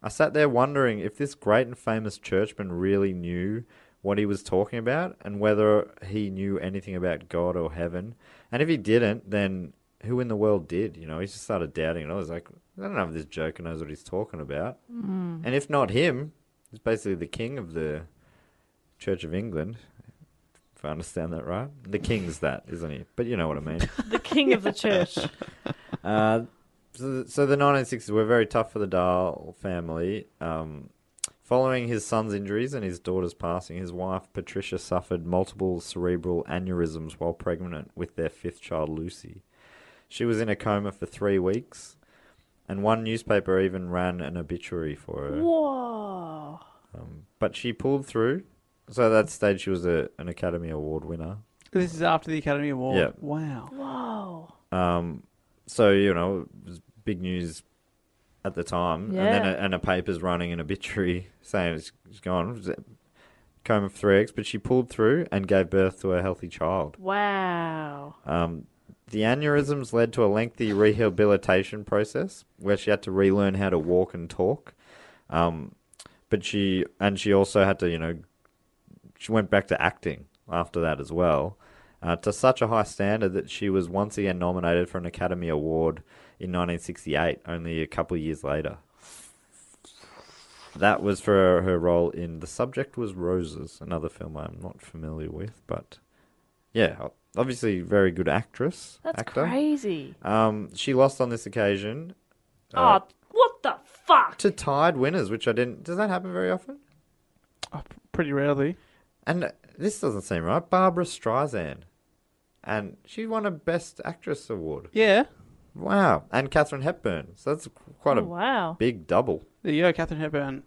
I sat there wondering if this great and famous churchman really knew what he was talking about and whether he knew anything about God or heaven. And if he didn't, then who in the world did? You know, he just started doubting. And I was like, I don't know if this joker knows what he's talking about. Mm. And if not him, he's basically the king of the Church of England, if I understand that right. The king's that, isn't he? But you know what I mean. The king [LAUGHS] of the church. Uh, so, so the 1960s were very tough for the Dahl family. Um, following his son's injuries and his daughter's passing, his wife Patricia suffered multiple cerebral aneurysms while pregnant with their fifth child, Lucy. She was in a coma for three weeks, and one newspaper even ran an obituary for her. Um, Whoa. But she pulled through. So at that stage, she was a, an Academy Award winner. This is after the Academy Award. Yeah. Wow. Whoa. Um, so you know, it was big news at the time, and then Yeah. a, and a paper's running an obituary saying it's, it's gone. Coma for three eggs, but she pulled through and gave birth to a healthy child. Wow. Um, the aneurysms led to a lengthy rehabilitation process where she had to relearn how to walk and talk. Um, but she and she also had to, you know, she went back to acting after that as well, uh, to such a high standard that she was once again nominated for an Academy Award in 1968, only a couple of years later. That was for her, her role in The Subject Was Roses, another film I'm not familiar with, but yeah, obviously very good actress. That's actor. crazy. Um, she lost on this occasion Uh, oh, what the fuck? to tied winners, which I didn't. Does that happen very often? Oh, p- pretty rarely. And uh, this doesn't seem right. Barbara Streisand, and she won a Best Actress award. Yeah. Wow! And Katherine Hepburn. So that's quite Oh, a wow. big double. There you go, Catherine Hepburn,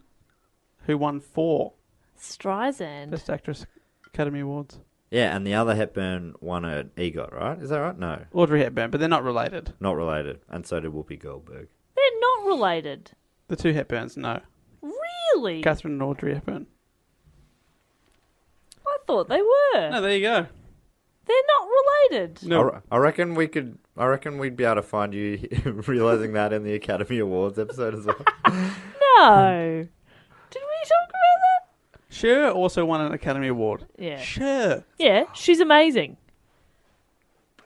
who won four Streisand. Best Actress Academy Awards. Yeah, and the other Hepburn won an EGOT, right? Is that right? No, Audrey Hepburn, but they're not related. not related. And so did Whoopi Goldberg. They're not related. The two Hepburns, no. Really? Catherine and Audrey Hepburn. I thought they were. No, there you go. They're not related. I, No, re- I reckon we could. I reckon we'd be able to find you [LAUGHS] realizing that in the Academy Awards episode [LAUGHS] as well. No. Did we talk about Cher also won an Academy Award. that? Yeah. Cher. Yeah, she's amazing.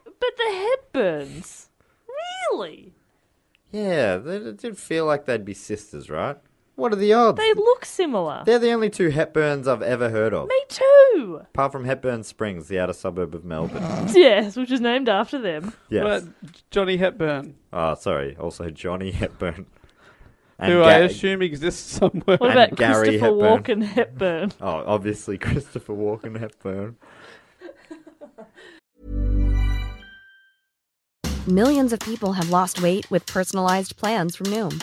But the Hepburns. Really? yeah, they- it did feel like they'd be sisters, right? What are the odds? They look similar. They're the only two Hepburns I've ever heard of, Me too. apart from Hepburn Springs, the outer suburb of Melbourne. Yes, which is named after them. yes. What about Johnny Hepburn, Ah, sorry. Also Johnny Hepburn. And who I Ga- assume exists [LAUGHS] somewhere? What And about Gary Christopher Hepburn. Walken Hepburn? Oh, obviously [LAUGHS] Christopher Walken Hepburn. Millions of people have lost weight with personalized plans from Noom,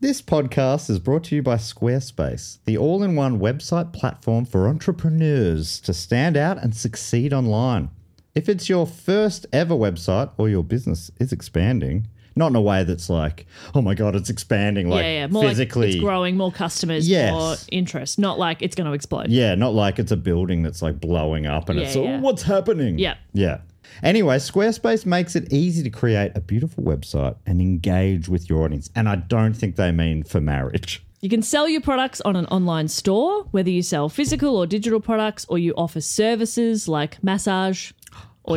This podcast is brought to you by Squarespace, the all in one website platform for entrepreneurs to stand out and succeed online. If it's your first ever website or your business is expanding, not in a way that's like, oh my God, it's expanding, like yeah, yeah. More physically. like it's growing, more customers, Yes. more interest. Not like it's going to explode. Yeah, not like it's a building that's like blowing up and Yeah, it's all yeah. what's happening. Yeah. Yeah. Anyway, Squarespace makes it easy to create a beautiful website and engage with your audience. And I don't think they mean for marriage. [LAUGHS] You can sell your products on an online store, whether you sell physical or digital products, or you offer services like massage or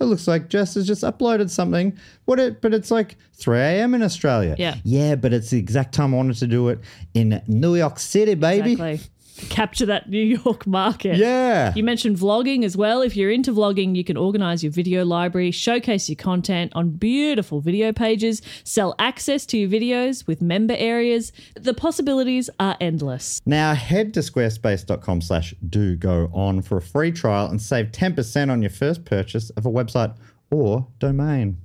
it looks like Jess has just uploaded something. What it? But it's like 3 a.m. in Australia. Yeah. Yeah, but it's the exact time I wanted to do it in New York City, baby. Exactly. Capture that New York market. Yeah. You mentioned vlogging as well. If you're into vlogging, you can organize your video library, showcase your content on beautiful video pages, sell access to your videos with member areas. The possibilities are endless. Now head to squarespace.com slash do go on for a free trial and save 10% on your first purchase of a website or domain.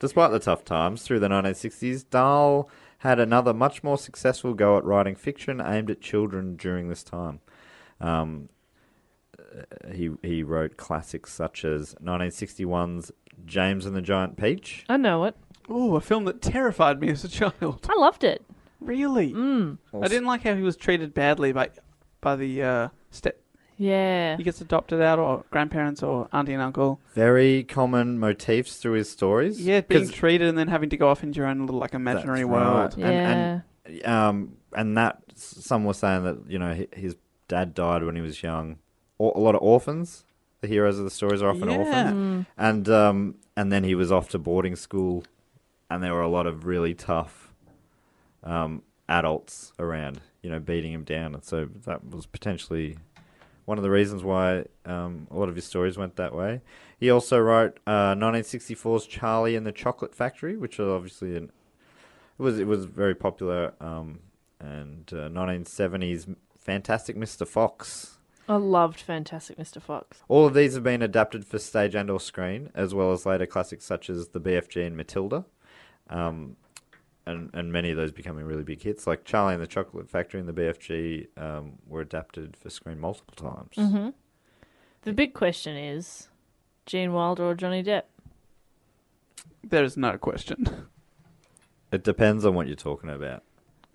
Despite the tough times through the 1960s, Dahl had another much more successful go at writing fiction aimed at children during this time. Um, uh, he he wrote classics such as 1961's James and the Giant Peach. I know it. Oh, a film that terrified me as [LAUGHS] a child. I loved it. Really? Hmm. I didn't like how he was treated badly by by the uh, step. Yeah. He gets adopted out, or grandparents, or auntie and uncle. Very common motifs through his stories. Yeah, being 'Cause- treated and then having to go off into your own little like imaginary That's world. right. And, and, um, and that some were saying that you know hi- his dad died when he was young. Or, a lot of orphans. The heroes of the stories are often Yeah. orphans. And um, and then he was off to boarding school, and there were a lot of really tough um, adults around, you know, beating him down. And so that was potentially one of the reasons why um, a lot of his stories went that way. He also wrote uh, 1964's Charlie and the Chocolate Factory, which was obviously an it was it was very popular. Um, and uh, 1970s Fantastic Mr. Fox. I loved Fantastic Mr. Fox. All of these have been adapted for stage and or screen, as well as later classics such as The BFG and Matilda. Um, and, and many of those becoming really big hits, like Charlie and the Chocolate Factory and the BFG um, were adapted for screen multiple times. The big question is Gene Wilder or Johnny Depp? There is no question. [LAUGHS] It depends on what you're talking about.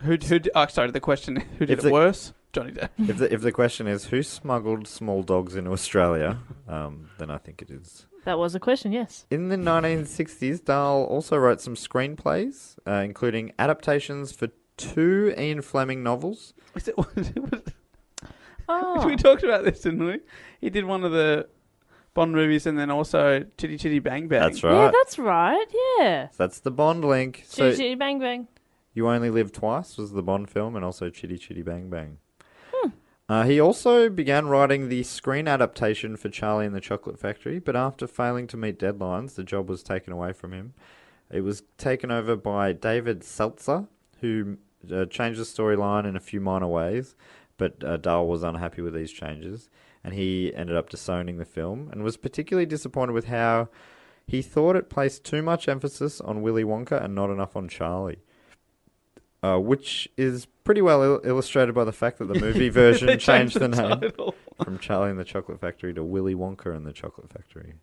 Who? Who? d- Oh, sorry. The question: Who did If it the- worse? Johnny Depp. [LAUGHS] if, the, if the question is who smuggled small dogs into Australia, um, then I think it is That was a question, yes. In the 1960s, Dahl also wrote some screenplays, uh, including adaptations for two Ian Fleming novels. Was it? [LAUGHS] Was it was, Oh. [LAUGHS] [LAUGHS] We talked about this, didn't we? He did one of the Bond movies, and then also Chitty Chitty Bang Bang. That's Yeah, right. that's right. Yeah. That's the Bond link. So Chitty Chitty Bang Bang. You Only Live Twice was the Bond film, and also Chitty Chitty Bang Bang. Uh, he also began writing the screen adaptation for Charlie and the Chocolate Factory, but after failing to meet deadlines, the job was taken away from him. It was taken over by David Seltzer, who uh, changed the storyline in a few minor ways, but uh, Dahl was unhappy with these changes, and he ended up disowning the film and was particularly disappointed with how he thought it placed too much emphasis on Willy Wonka and not enough on Charlie. Uh, which is pretty well il- illustrated by the fact [LAUGHS] that the movie version They changed changed, the, the name title. from Charlie and the Chocolate Factory to Willy Wonka and the Chocolate Factory.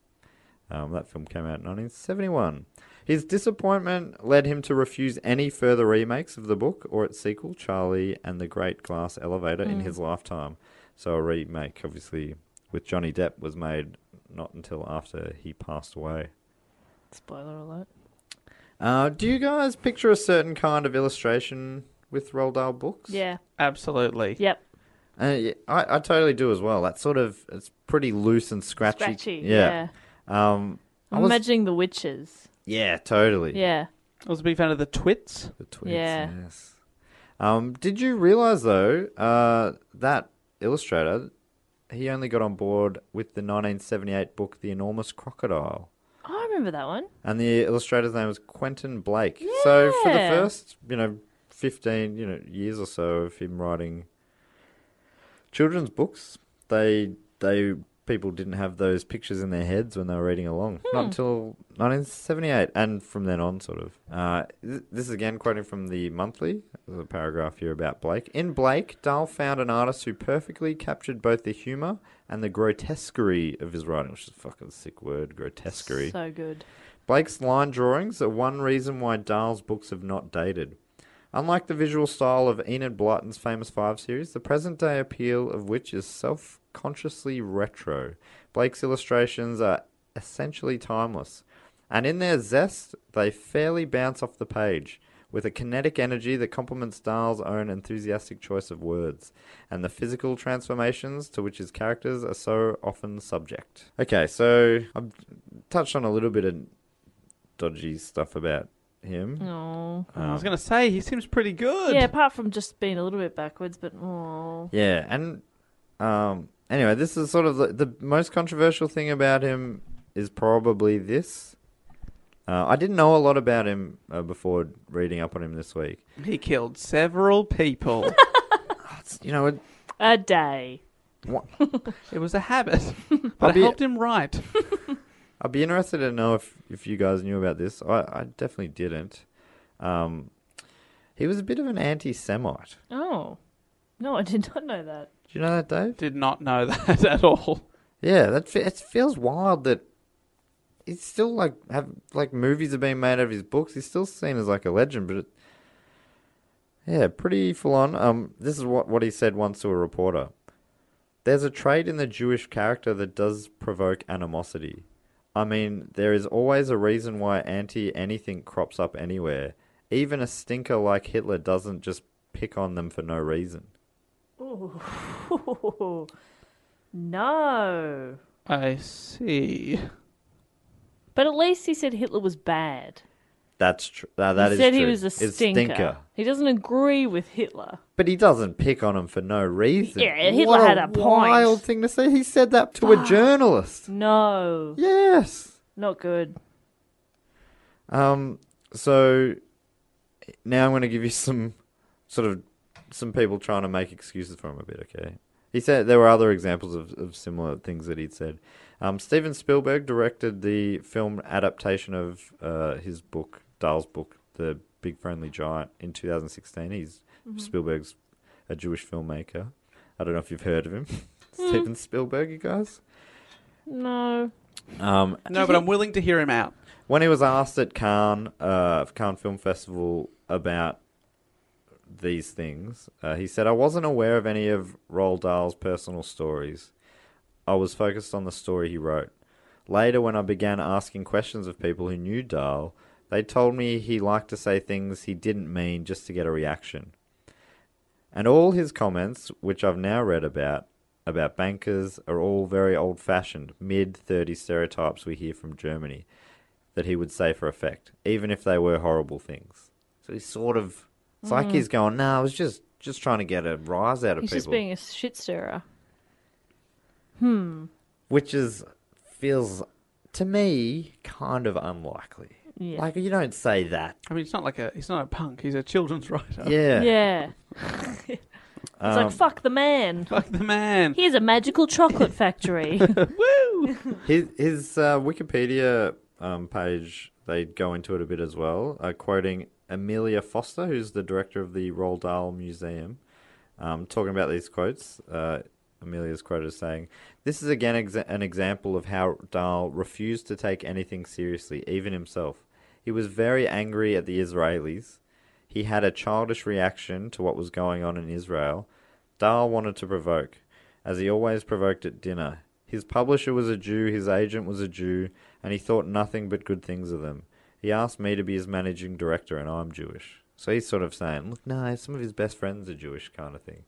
Um, that film came out in 1971. His disappointment led him to refuse any further remakes of the book or its sequel, Charlie and the Great Glass Elevator, Hmm. in his lifetime. So a remake, obviously, with Johnny Depp was made not until after he passed away. Spoiler alert. Uh, do you guys picture a certain kind of illustration with Roald Dahl books? Yeah. Absolutely. Yep. Uh, yeah, I, I totally do as well. That sort of it's pretty loose and scratchy. Scratchy. Yeah. Um, I I'm was- imagining the witches. yeah, totally. Yeah. I was a big fan of the Twits. The tweets, Yeah. yes. Um, did you realize though uh, that illustrator he only got on board with the 1978 book The Enormous Crocodile. Oh, I remember that one. And the illustrator's name was Quentin Blake. So for the Yeah. first, you know, fifteen, you know, years or so of him writing children's books, they they people didn't have those pictures in their heads when they were reading along. Not until 1978, and from then on, sort of. Uh, th- this is again quoting from the Monthly. There's a paragraph here about Blake. In Blake, Dahl found an artist who perfectly captured both the humour and the grotesquerie of his writing, which is a fucking sick word, grotesquerie. So good. Blake's line drawings are one reason why Dahl's books have not dated. Unlike the visual style of Enid Blyton's famous Five series, the present day appeal of which is self consciously retro, Blake's illustrations are essentially timeless. And in their zest, they fairly bounce off the page, with a kinetic energy that complements Dahl's own enthusiastic choice of words, and the physical transformations to which his characters are so often subject. Okay, so I've touched on a little bit of dodgy stuff about him. Oh. I was going to say, he seems pretty good. Yeah, apart from just being a little bit backwards, but oh. Yeah, and um, anyway, this is sort of the, the most controversial thing about him is probably this. Uh, I didn't know a lot about him uh, before reading up on him this week. He killed several people. It's- you know, it, A day. wha- it was a habit, I'll but be- it helped him right. I'd be interested to know if, if you guys knew about this. I, I definitely didn't. Um, he was a bit of an anti-Semite. Oh. No, I did not know that. Do you know that, Dave? Did not know [LAUGHS] that at all. Yeah, that fe- it feels wild that he's still like have like movies are being made out of his books. He's still seen as like a legend, but it, yeah, pretty full on. Um, this is what what he said once to a reporter. There's a trait in the Jewish character that does provoke animosity. I mean, there is always a reason why anti anything crops up anywhere. Even a stinker like Hitler doesn't just pick on them for no reason. no. I see. But at least he said Hitler was bad. That's true. that he is said true. he was a It's stinker. He doesn't agree with Hitler. But he doesn't pick on him for no reason. Yeah, Hitler had a point. Ah. wild thing to say. He said that to a journalist. No. Yes. Not good. Um. So now I'm going to give you [LAUGHS] some sort of some people trying to make excuses for him a bit. Okay. He said there were other examples of, of similar things that he'd said. Um, Steven Spielberg directed the film adaptation of uh, his book, Dahl's book, The Big Friendly Giant, in 2016. He's Spielberg's a Jewish filmmaker. I don't know if you've heard of him, [LAUGHS] Steven Spielberg. You guys. No. Um, No, but I'm willing to hear him out. when he was asked at Cannes, uh, Cannes Film Festival about these things, uh, he said, I wasn't aware of any of Roald Dahl's personal stories. I was focused on the story he wrote. Later, when I began asking questions of people who knew Dahl, they told me he liked to say things he didn't mean just to get a reaction. And all his comments, which I've now read about, about bankers, are all very old fashioned, mid 30 stereotypes we hear from Germany that he would say for effect, even if they were horrible things. So he's sort of. It's like he's going, no, I was just, just trying to get a rise out Mm. of He's people. just being a shit stirrer. which is feels to me kind of unlikely. Yeah. Like you don't say that. [LAUGHS] [LAUGHS] I mean, he's not like a he's not a punk. He's a children's writer. Yeah. Yeah. It's Um, like fuck the man. Fuck the man. Here's a magical chocolate factory. His, his uh, Wikipedia um, page, they go into it a bit as well, uh, quoting Amelia Foster, who's the director of the Roald Dahl Museum, um, talking about these quotes. Uh, Amelia's quote is saying, This is again exa- an example of how Dahl refused to take anything seriously, even himself. He was very angry at the Israelis. He had a childish reaction to what was going on in Israel. Dahl wanted to provoke, as he always provoked at dinner. His publisher was a Jew, his agent was a Jew, and he thought nothing but good things of them. He asked me to be his managing director, and I'm Jewish. So he's sort of saying, look, no, some of his best friends are Jewish, kind of thing.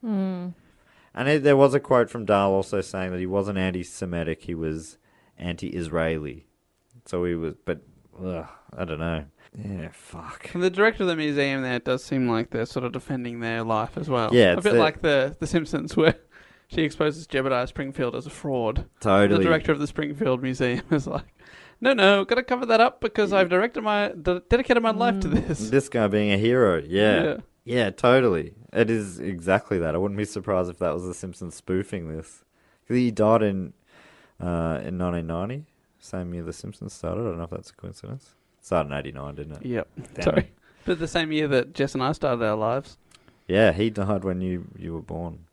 And it, there was a quote from Dahl also saying that he wasn't anti Semitic, he was anti Israeli. So he was, but ugh, I don't know. Yeah, fuck. From the director of the museum there, it does seem like they're sort of defending their life as well. Yeah, a it's bit the- like the the Simpsons [LAUGHS] where she exposes Jebediah Springfield as a fraud. Totally. The director of the Springfield Museum [LAUGHS] is like, no, no, got to cover that up because I've directed my de- dedicated my life to Mm. this. This guy being a hero, [LAUGHS] yeah. Yeah. yeah. totally. It is exactly that. I wouldn't be surprised if that was The Simpsons spoofing this. 'Cause He died in uh, in 1990, same year The Simpsons started. I don't know if that's a coincidence. started in 89, didn't it? Yep. Damn Sorry. it. But the same year that Jess and I started our lives. Yeah, he died when you, you were born.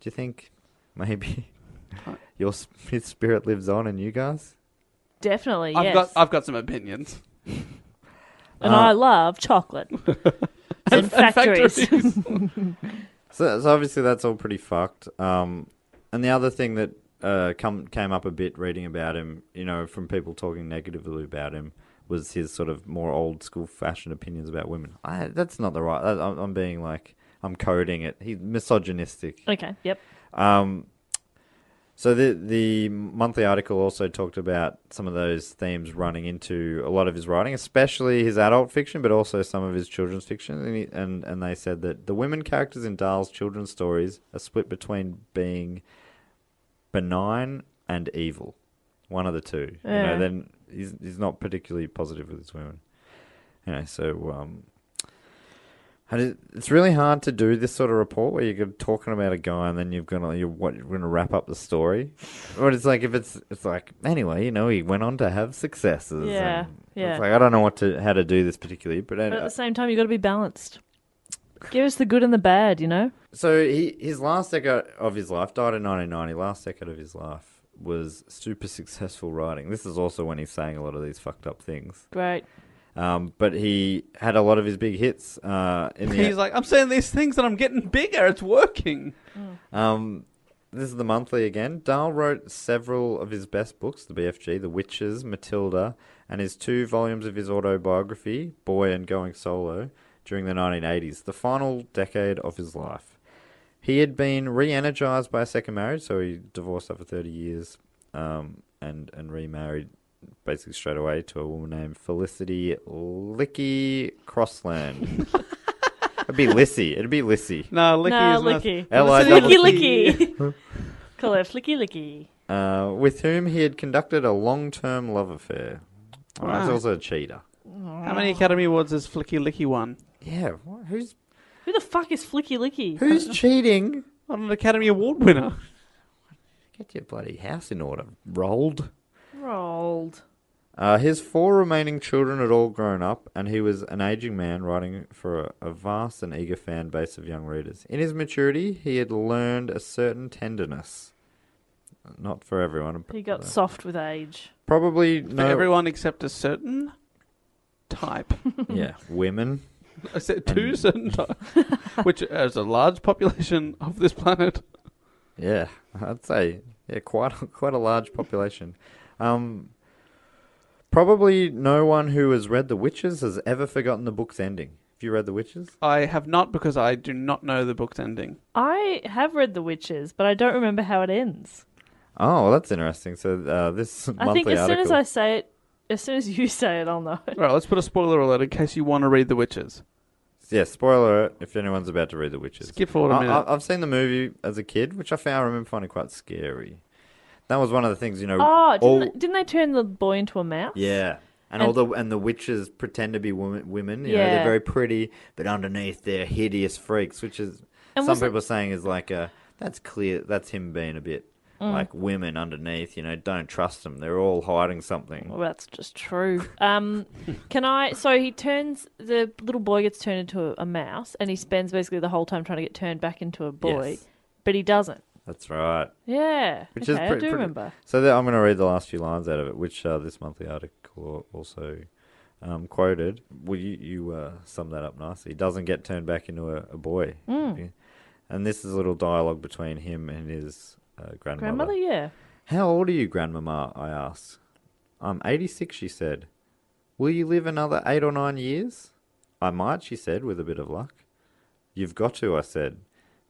Do you think maybe [LAUGHS] your s- his spirit lives on in you guys? Definitely, I've yes. got uh, I've got some opinions. and I love chocolate. [LAUGHS] and factories. So, so obviously that's all pretty fucked. Um, and the other thing that uh, come came up a bit reading about him, you know, from people talking negatively about him, was his sort of more old school fashion opinions about women. I, that's not the right. I, I'm, I'm being like I'm coding it. He's misogynistic. okay, yep. Um, so the the monthly article also talked about some of those themes running into a lot of his writing, especially his adult fiction, but also some of his children's fiction. And he, and, and they said that the women characters in Dahl's children's stories are split between being benign and evil, one of the two. You know, then he's he's not particularly positive with his women. You know, so um, and it- it's really hard to do this sort of report where you're talking about a guy and then you've gonna you're what you're gonna wrap up the story. But it's like if it's it's like anyway, you know, he went on to have successes. Yeah, and yeah. It's like I don't know what to how to do this particularly, but, But at uh, the same time, you've got to be balanced. Give us the good and the bad, you know? so he his last decade of his life died in 1990. Last decade of his life was super successful writing. This is also when he's saying a lot of these fucked up things. Great. Um, but he had a lot of his big hits. Uh, [LAUGHS] in the He's like, I'm saying these things and I'm getting bigger. It's working. Um, this is the monthly again. Dahl wrote several of his best books: the BFG, The Witches, Matilda, and his two volumes of his autobiography, Boy and Going Solo, during the 1980s, the final decade of his life. He had been re-energized by a second marriage, so he divorced after 30 years, um, and and remarried basically straight away to a woman named Felicity Licky Crossland. It'd be Lissy. It'd be Lissy. No, Licky Nah, is Uh, not- Licky. L I [LAUGHS] double Licky, T. licky. [LAUGHS] Call her flicky, licky. uh, with whom he had conducted a long term love affair. Oh, That's Wow. also a cheater. How many Academy Awards has Flicky Licky won? Yeah, wha- who's Who the fuck is flicky, licky? who's cheating? Not an Academy Award [LAUGHS] winner. Get your bloody house in order, rolled. Rolled. Uh, his four remaining children had all grown up, and he was an aging man writing for a, a vast and eager fan base of young readers. In his maturity, he had learned a certain tenderness. Not for everyone. He got soft with age. probably For no. everyone except a certain type. Yeah, women. I said two certain [LAUGHS] types, which is a large population of this planet. Yeah, I'd say yeah, quite quite a [LAUGHS] large population. Um, probably no one who has read The Witches has ever forgotten the book's ending. Have you read The Witches? I have not because I do not know the book's ending. I have read The Witches, but I don't remember how it ends. Oh, well, that's interesting. So uh, this monthly I think as soon article. as I say it, as soon as you [LAUGHS] say it, I'll know it. All right, let's put a spoiler alert in case you want to read The Witches. Yeah, spoiler alert, if anyone's about to read The Witches. Skip forward a I- minute. I, I've seen the movie as a kid, which I found I remember finding quite scary. That was one of the things, you know. Oh, didn't, all- didn't they turn the boy into a mouse? Yeah. And, all the and the witches pretend to be women. Women, you know, Yeah. they're very pretty, but underneath they're hideous freaks, which is And some was it- people are saying is like a that's clear that's him being a bit Mm. like women underneath. You know, don't trust them. They're all hiding something. Well, that's just true. Um, can I? So he turns the little boy gets turned into a, a mouse, and he spends basically the whole time trying to get turned back into a boy, Yes. but he doesn't. That's right. Yeah, Which okay, is pretty, I do pretty- remember. So there- I'm going to read the last few lines out of it, which uh, this monthly article also um, quoted. Well, you you uh, sum that up nicely. He doesn't get turned back into a, a boy. Mm. And this is a little dialogue between him and his uh, Grandmother, yeah. How old are you, Grandmama? I asked. I'm 86, she said. Will you live another eight or nine years? I might, she said, with a bit of luck. You've got to, I said,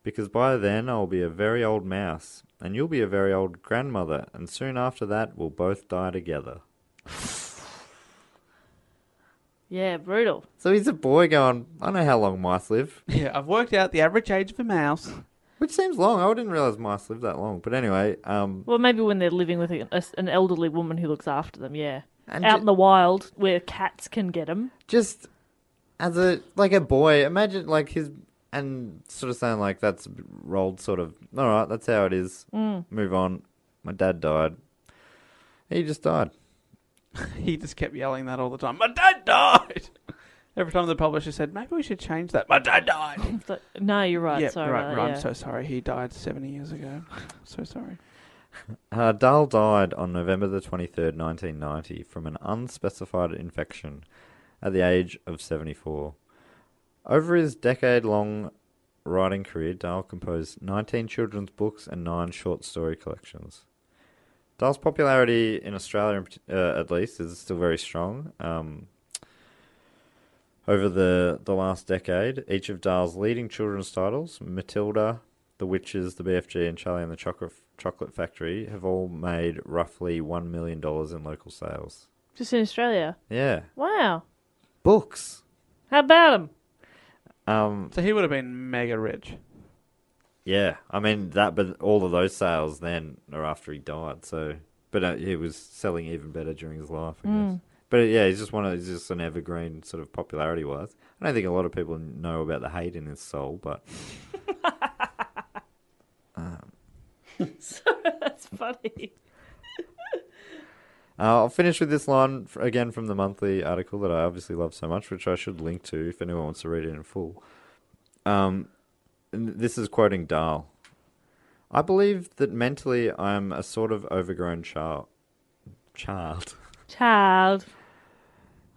because by then I'll be a very old mouse, and you'll be a very old grandmother, and soon after that we'll both die together. Yeah, brutal. So he's a boy going, I know how long mice live. Yeah, I've worked out the average age of a mouse. Which seems long. I didn't realise mice live that long. But anyway, um, Well, maybe when they're living with a, a s- an elderly woman who looks after them, yeah. And Out ju- in the wild where cats can get them. just as a like a boy imagine like his and sort of saying like that's a bit rolled sort of all right that's how it is move on my dad died he just died He just kept yelling that all the time. My dad died. [LAUGHS] Every time the publisher said, maybe we should change that. My dad died. It's like, no, you're right. yeah, sorry, right, about right. that, yeah. I'm so sorry. He died 70 years ago. so sorry. uh, dahl died on november the 23rd 1990 from an unspecified infection at the age of 74 over his decade-long writing career dahl composed 19 children's books and 9 short story collections Dahl's popularity in Australia, in parti- uh, at least, is still very strong. Um, over the, the last decade, each of Dahl's leading children's titles, Matilda, The Witches, The BFG, and Charlie and the Chocolate, Chocolate Factory, have all made roughly $1 million in local sales. Just in Australia. Yeah. Wow. Books. How about them? Um, So he would have been mega rich. [LAUGHS] yeah. I mean, that, but all of those sales then are after he died, so. But uh, he was selling even better during his life, I guess. But uh, yeah, he's just one of he's just an evergreen sort of popularity wise. I don't think a lot of people know about the hate in his soul, but [LAUGHS] That's funny. Uh, I'll finish with this line f- again from the monthly article that I obviously love so much, which I should link to if anyone wants to read it in full. Um, and this is quoting Dahl. I believe that mentally I am a sort of overgrown child. Child. Child.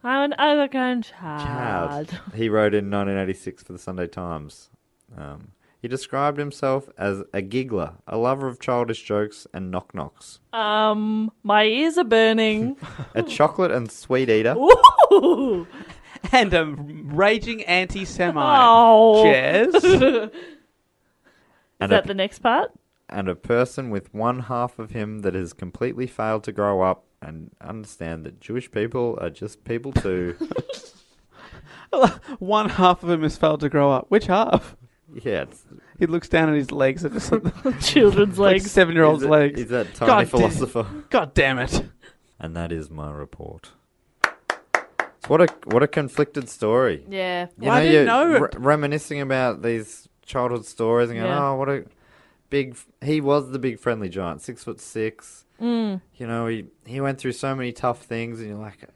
I'm an overgrown [LAUGHS] child. Child. [LAUGHS] He wrote in 1986 for the Sunday Times. Um, he described himself as a giggler, a lover of childish jokes and knock knocks, Um, my ears are [LAUGHS] burning. [LAUGHS] a chocolate and sweet eater. Ooh. And a raging anti [LAUGHS] Semite. Oh. [LAUGHS] Cheers. Is and a that the next [LAUGHS] part? [LAUGHS] and a person with one half of him that has completely failed to grow up and understand that Jewish people are just [LAUGHS] people too. One half of him has failed to grow up. Which half? yeah, it's He looks down at his legs. Are just [LAUGHS] Children's like legs. seven year old's is it- legs. is that God tiny damn- philosopher. God damn it. And that is my report. So What a what a conflicted story. Yeah. You I didn't know it. re- reminiscing about these childhood stories and going, Yeah. oh, what a big. f- He was the big friendly giant, six foot six. Mm. You know, he he went through so many tough things, and you're like,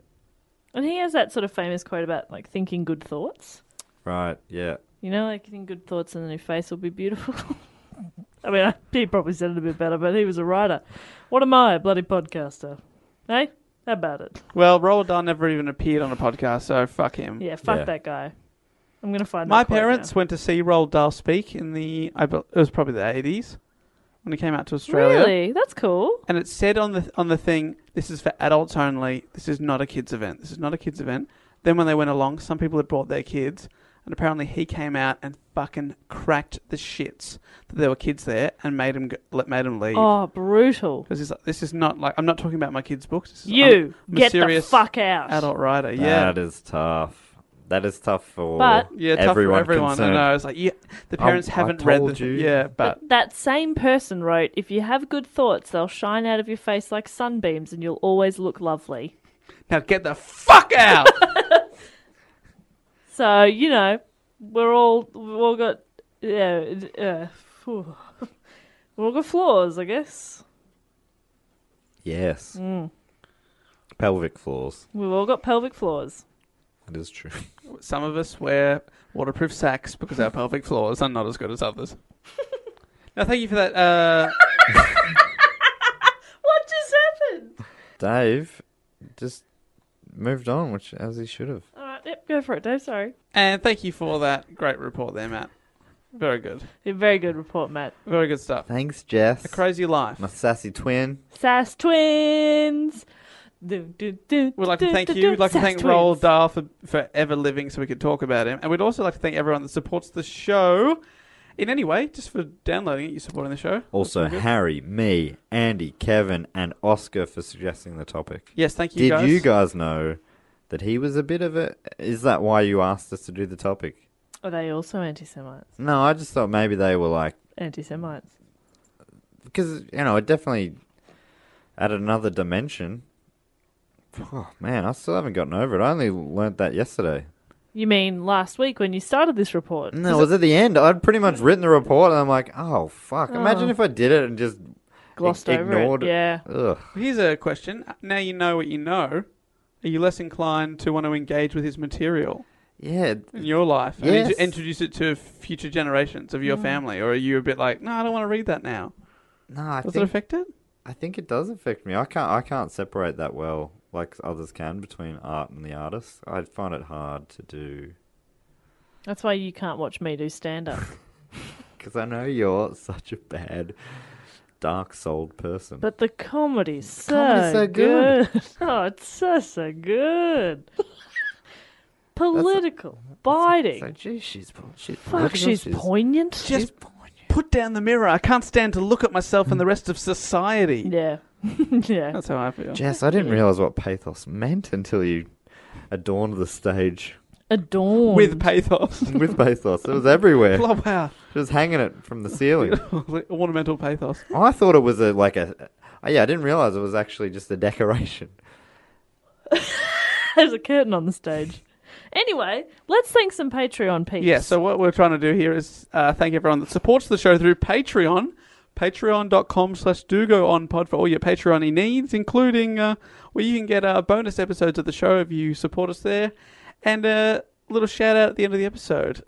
And he has that sort of famous quote about like thinking good thoughts. right, yeah. You know, like think good thoughts and then your face will be beautiful. [LAUGHS] I mean, I- he probably said it a bit better, but he was a writer. What am I, a bloody podcaster? Hey, how about it? Well, Roald Dahl never even appeared on a podcast, so fuck him. Yeah, fuck Yeah. that guy. I'm gonna find Mm. My that quote parents now. went to see Roald Dahl speak in the, I bel it was probably the 80s when he came out to Australia. Really, that's cool. And it said on the on the thing, this is for adults only. This is not a kids event. This is not a kids event. Then when they went along, some people had brought their kids, and apparently he came out and fucking cracked the shits that there were kids there and made him let made him leave. Oh, brutal. Because he's like, this is not like I'm not talking about my kids' books. This is, You I'm a get the serious fuck out. adult writer. Yeah, That is tough. That is tough for But- yeah, tough everyone, for everyone. concerned. I know. It's like yeah, the Um, parents I haven't read told the you. yeah, but That same person wrote, "If you have good thoughts, they'll shine out of your face like sunbeams, and you'll always look lovely." now get the fuck out. So you know, we're all we've all got Yeah, it- uh, phew. we'll go floors, I guess. Yes. Mm. Pelvic floors. We've all got pelvic floors. That is true. [LAUGHS] Some of us wear waterproof sacks because our pelvic floors are not as good as others. now, thank you for that. Uh, What just happened? Dave just moved on, which as he should have. All right, yep, go for it, Dave. Sorry. and thank you for that great report there, Matt. Very good. Yeah, Very good report, Matt. Very good stuff. Thanks, Jess. A crazy life. My sassy twin. Sass twins. Do, do, do, We'd like to do, thank do, you. do. We'd like to Sass thank twins. Roald Dahl for, for ever living so we could talk about him. And we'd also like to thank everyone that supports the show in any way, just for downloading it, you supporting the show. Also, Harry, me, Andy, Kevin, and Oscar for suggesting the topic. Yes, thank you Did guys. you guys know that he was a bit of a. Is that why you asked us to do the topic? Are they also anti-Semites? No, I just thought maybe they were like. Anti-Semites. Because, you know, it definitely added another dimension. Oh, man, I still haven't gotten over it. I only learnt that yesterday. You mean last week when you started this report? No, it was at the end. I'd pretty much written the report, and I'm like, oh, fuck. Imagine if I did it and just. Glossed ig- over ignored it. Yeah. Ugh. Here's a question. Now you know what you know. Are you less inclined to want to engage with his material? Yeah. in your life and Yes. int- introduce it to future generations of Mm. your family? Or are you a bit like, no, I don't want to read that now? No, I Does it think affect it? I think it does affect me. I can't I can't separate that well like others can between art and the artist. I find it hard to do That's why you can't watch me do stand-up. because I know you're [LAUGHS] such a bad, dark-souled person. But the comedy's so, comedy's so good. good. [LAUGHS] oh, it's so so good. Political, biting. so, geez, she's po- she's Fuck, political, she's poignant. Just put down the mirror. I can't stand to look at myself and the rest of society. yeah, [LAUGHS] yeah. Oh, That's how I feel. Jess, I didn't realize what pathos meant until you adorned the stage [LAUGHS] Adorned With pathos. with pathos. It was [LAUGHS] everywhere. oh, wow. She was hanging it from the ceiling. Ornamental pathos. I thought it was a like a. oh, Yeah, I didn't realize it was actually just a decoration. [LAUGHS] There's a curtain on the stage. Anyway, let's thank some Patreon peeps. Yeah, so what we're trying to do here is uh, thank everyone that supports the show through Patreon. Patreon.com slash do go on pod for all your Patreon needs, including uh, where you can get uh, bonus episodes of the show if you support us there. And a little shout out at the end of the episode.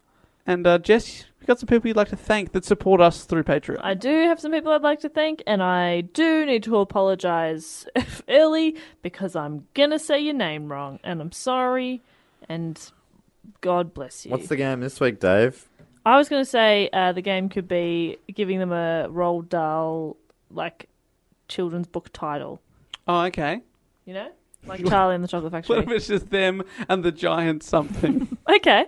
And uh, Jess, we got some people you'd like to thank that support us through Patreon. I do have some people I'd like to thank, and I do need to apologise [LAUGHS] early because I'm gonna say your name wrong, and I'm sorry, and God bless you. What's the game this week, Dave? I was going to say uh, the game could be giving them a Roald Dahl like children's book title, oh, [LAUGHS] okay. you know, like Charlie and the Chocolate What if Factory. it's just them and the giant [LAUGHS] something? Okay,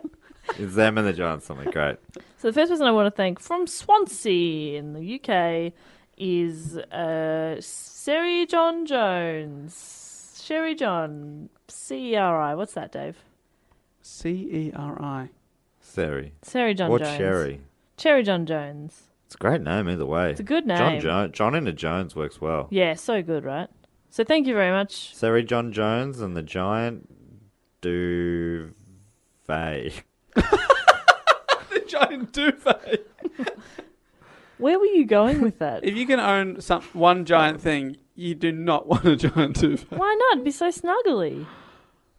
It's them and the Giants something great. so the first person I want to thank from Swansea in the UK is uh, Sherry John Jones. Sherry John, C E R I. What's that, Dave? C E R I. Sherry. Sherry John Or Jones. Cherry. Cherry John Jones. It's a great name either way. It's a good John name. Jones. John into Jones works well. Yeah, so good, right? So thank you very much. Sherry John Jones and the Giant Duvet. The giant duvet. Where were you going with [LAUGHS] that? If you can own some one giant thing, you do not [LAUGHS] want a giant duvet. Why not? It'd be so snuggly.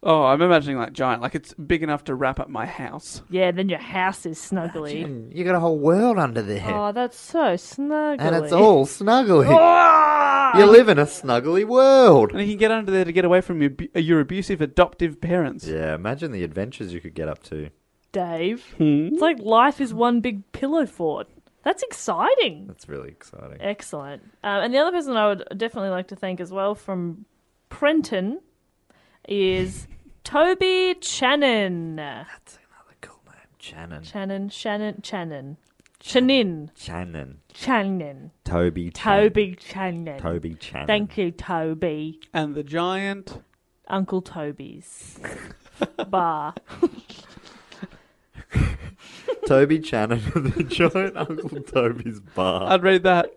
Oh, I'm imagining like giant, like it's big enough to wrap up my house. Yeah, then your house is snuggly. You got a whole world under there. Oh, that's so snuggly. Ah! and it's all snuggly. You live in a snuggly world. And you can get under there to get away from your, abu- your abusive adoptive parents. Yeah, imagine the adventures you could get up to. Dave. Hmm? It's like life is one big pillow fort. That's exciting. That's really Eh. exciting. Excellent. Um, and the other person I would definitely like to thank as well from Prenton [LAUGHS] is Toby Channon. That's another cool name. Shannon. Channon, Shannon, Channon. Channon. Shannon. Channon. Toby. Chan- Toby Channon. Toby Shannon. Thank you, Toby. And the giant. Uncle [LAUGHS] Toby's bar. Toby Shannon and the Giant [LAUGHS] Uncle Toby's Bar. I'd read [LAUGHS] that.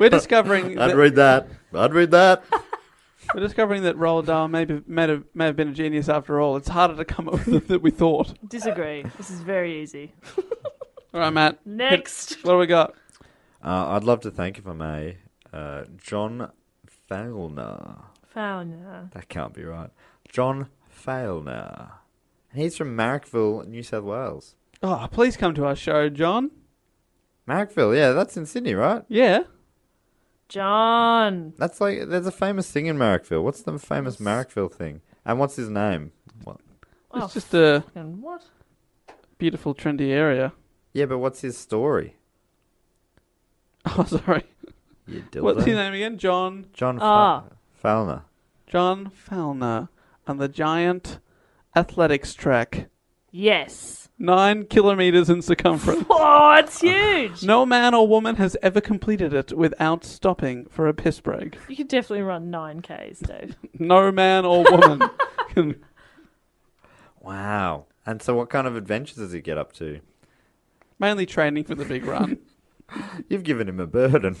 We're discovering I'd that, read that. I'd read that. we're discovering that Roald Dahl may, be, may, have, may have been a genius after all. It's harder to come up with than we thought. Disagree. This is very easy. All right, Matt. Hit- [LAUGHS] Next. what do we got? Uh, I'd love to thank, if I may, uh, John Failner. Fauna. That can't be right. John Failner. And he's from Marrickville, New South Wales. Oh, please come to our show, John. Marrickville, yeah, that's in Sydney, right? Yeah. John. That's like, there's a famous thing in Marrickville. What's the famous Marrickville thing? And what's his name? What? Oh, It's just a And what? beautiful, trendy area. [LAUGHS] Yeah, but what's his story? Oh, sorry. You What's his dildo. name again? John. John Ah. Fa- Falner. John Falner on the giant athletics track. Yes. [LAUGHS] Nine kilometers in circumference. Oh, [LAUGHS] it's huge. No man or woman has ever completed it without stopping for a piss break. You could definitely run nine Ks, Dave. No man or woman can. Wow. And so, what kind of adventures does he get up to? Mainly training for the big run. You've given him [LAUGHS] a burden.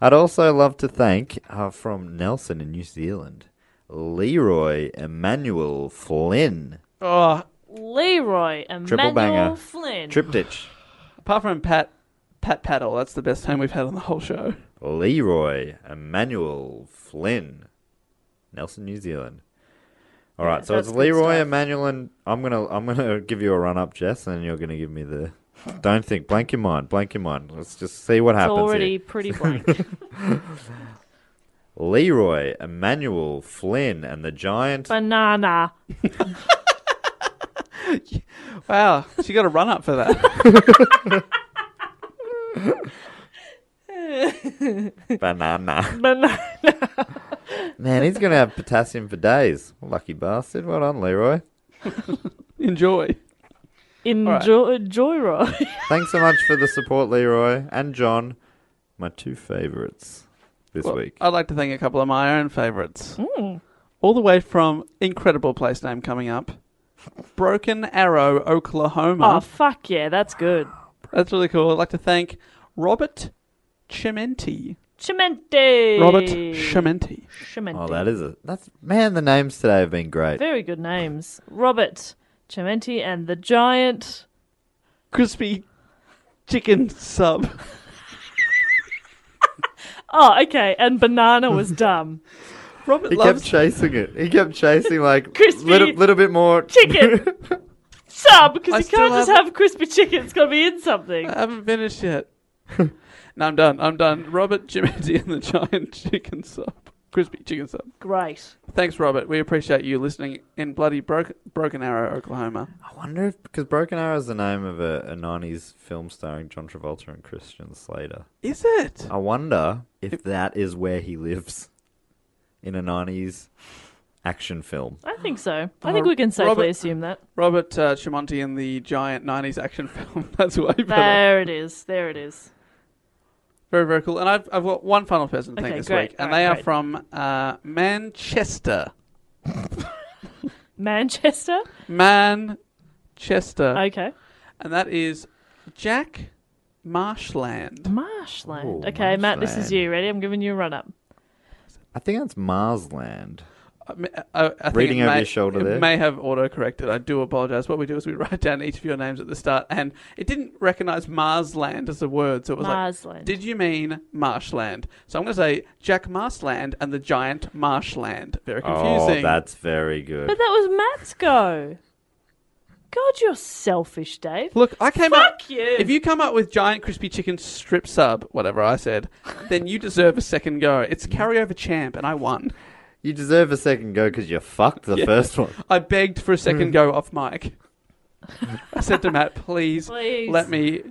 I'd also love to thank, uh, from Nelson in New Zealand, Leroy Emmanuel Flynn. oh, Leroy and Triple banger. Flynn. Triptych. apart from Pat, Pat Paddle, that's the best time we've had on the whole show. Leroy Emmanuel Flynn. Nelson, New Zealand. All right, so that's it's good Leroy stuff. Emmanuel, and I'm gonna I'm gonna [LAUGHS] give you a run up, Jess, and you're gonna give me the. Don't think, blank your mind, blank your mind. Let's just see what it's happens. here. already [LAUGHS] pretty blank. Leroy Emmanuel Flynn and the giant. Banana. Wow, she got a run up for that. banana. [LAUGHS] Banana. [LAUGHS] Man, he's going to have potassium for days. Lucky bastard. Well done, Leroy. Enjoy. Enjoy, Joyroy. Thanks so much for the support, Leroy and John. My two favourites this Well, week. I'd like to thank a couple of my own favourites. All the way from incredible place name coming up, Broken Arrow, Oklahoma. Mm-hmm. Oh, fuck yeah, that's good. That's really cool. I'd like to thank Robert Chimenti. Chimente. Robert Chimenti. Chimente. oh, that is a that's man. The names today have been great. Very good names. Robert Chimenti and the Giant. Crispy chicken sub. Oh, okay. And Banana [LAUGHS] was dumb. Robert He kept loves chasing it. He kept chasing like Crispy little little bit more. Chicken. Sub, I because you still can't just haven't- have crispy chicken. It's got to be in something. I haven't [LAUGHS] finished yet. no, I'm done. I'm done. Robert Chimenti and the giant [LAUGHS] chicken sub. Crispy chicken sub. Great. Thanks, Robert. We appreciate you listening in bloody Broke, Broken Arrow, Oklahoma. [LAUGHS] I wonder if because Broken Arrow is the name of a, a '90s film starring John Travolta and Christian Slater. Is it? I wonder if that is where he lives in a 90s action film. I think so. I think we can safely Robert- assume [LAUGHS] that. Robert uh, Chimonti in the giant 90s action [LAUGHS] film. That's way better. There it is. There it is. Very, very cool. And I've, I've got one final person to thank Okay, this great. week, and All right, they are great. from uh, Manchester. Manchester. Manchester. Okay. And that is Jack Marshland. Marshland. Oh, Ooh, okay, Matt, this is marshland. you. Ready? I'm giving you a run up. I think that's Marsland. I mean, I- I think Reading it over may- your shoulder it there. may have autocorrected. I do apologise. What we do is we [LAUGHS] write down each of your names at the start, and it didn't recognise Marsland as a word, so it was like, Marsland. "Did you mean marshland?" So I'm going to say Jack Marsland and the giant marshland. Very confusing. Oh, that's very good. But that was Matt's go. God, you're selfish, Dave. Look, I came Fuck up. you. If you come up with giant crispy chicken strip sub, whatever I said, then you deserve a second go. It's Mm. carryover champ, and I won. You deserve a second go because you fucked the first one. I begged for a second go off mic. I said to Matt, please, Please. let me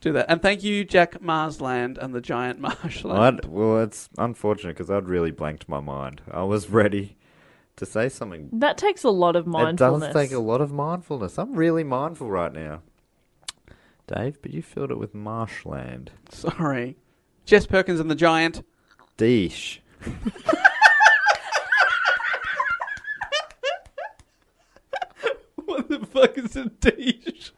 do that. And thank you, Jack Marsland and the giant marshland. I'd, well, it's unfortunate because I'd really blanked my mind. I was [LAUGHS] ready to say something. That takes a lot of It does mindfulness. take a lot of mindfulness. I'm really mindful right now. Dave, but you filled it with marshland. Sorry. Jess Perkins and the giant. Deesh. [LAUGHS] What the fuck is a dish?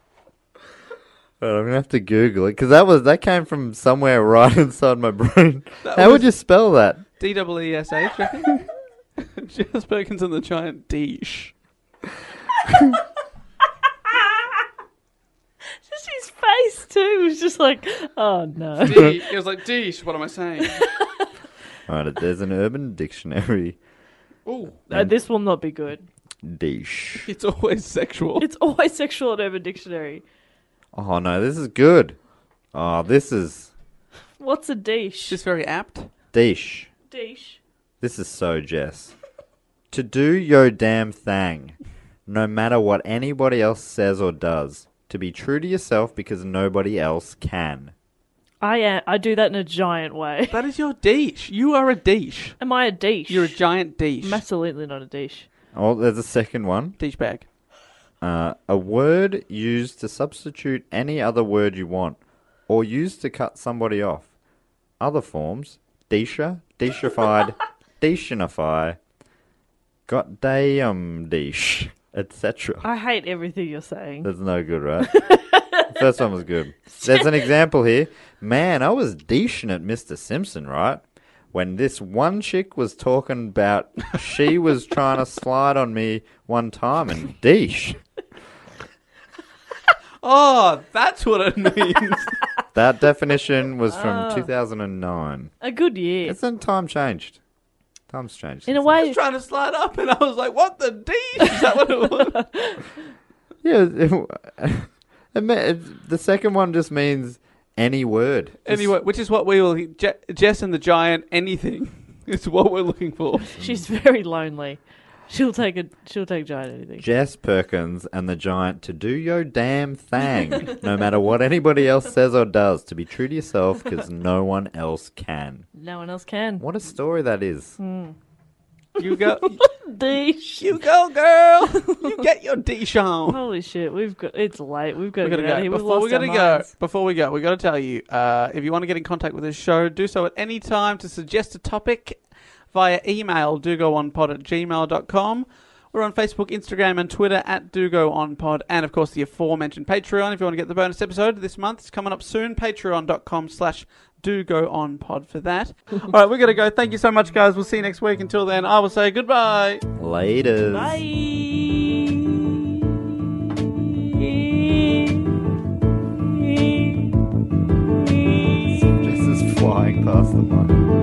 But I'm gonna have to Google it because that was that came from somewhere [LAUGHS] right inside my brain. How would you spell that? D W E S H, I [LAUGHS] think. Jess Perkins and the giant dish. Just too. It was just like, oh no. D. It was like, Deesh, what am I saying? All right, there's an urban dictionary. Ooh, No, Uh, this will not be good. [LAUGHS] Deesh. it's always sexual. It's always sexual at Urban Dictionary. Oh no, this is good. Oh, this is What's a dish? Just very apt. deesh. dish. This is so Jess. to do your damn thing, no matter what anybody else says or does. To be true to yourself because nobody else can. I am. I do that in a giant way. [LAUGHS] That is your deesh. You are a deesh. Am I a dish? You're a giant deesh. I'm absolutely not a dish. Oh, there's a second one. deesh bag. Uh, a word used to substitute any other word you want, or used to cut somebody off. Other forms: desha, deshified, deshinify, got damn desh, etc. I hate everything you're Uh, saying. That's no [LAUGHS] good, right? First one was good. There's an example here. Man, I was deshing at Mr. Simpson, right? When this one chick was talking about she was trying to slide on me one time and deesh. Oh, that's what it [LAUGHS] means. That definition was Oh. from 2009. A good year. Isn't time changed? Time's changed. In a since I was way, trying to slide up, and I was like, "What the deesh? Is that what it was?" then. Yeah. It, [LAUGHS] it, me- it- the second one just means any word. Just- [LAUGHS] anyway, which is what we will Je- Jess and the giant. Anything [LAUGHS] is what we're looking for. she's [LAUGHS] very lonely. She'll take a. She'll take giant anything. Jess Perkins and the Giant to do your damn thing, no matter what anybody else says or does, to be true to yourself because no one else can. No one else can. What a story that is. You [LAUGHS] go, Dish. you go, girl. You get your deesh [LAUGHS] on. Holy shit, we've got. It's late. We've got We to gotta get out of go. here. We've Before lost we gotta our go, minds. before we go, we gotta tell you, uh, if you want to get in contact with this show, do so at any time to suggest a topic via email, dogoonpod at gmail.com. We're on Facebook, Instagram, and Twitter at dogoonpod, and of course the aforementioned Patreon. If you want to get the bonus episode this month, it's coming up soon. Patreon.com slash dogoonpod for that. [LAUGHS] All right, we gotta go. Thank you so much, guys. We'll see you next week. Until then, I will say goodbye. Later. Jess is flying past the mic.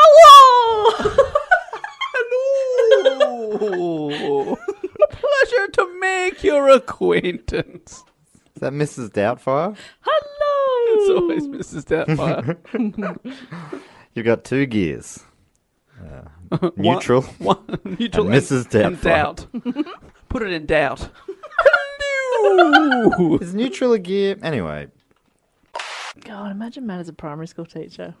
Hello! Hello! [LAUGHS] Pleasure to make your acquaintance. Is that Mrs. Doubtfire? Hello. It's always Mrs. Doubtfire. You've got two gears. [LAUGHS] Uh, neutral. One, neutral And Mrs. and doubt. [LAUGHS] Put it in doubt. Hello! Is neutral a gear? Anyway. God, imagine Matt as a primary school teacher.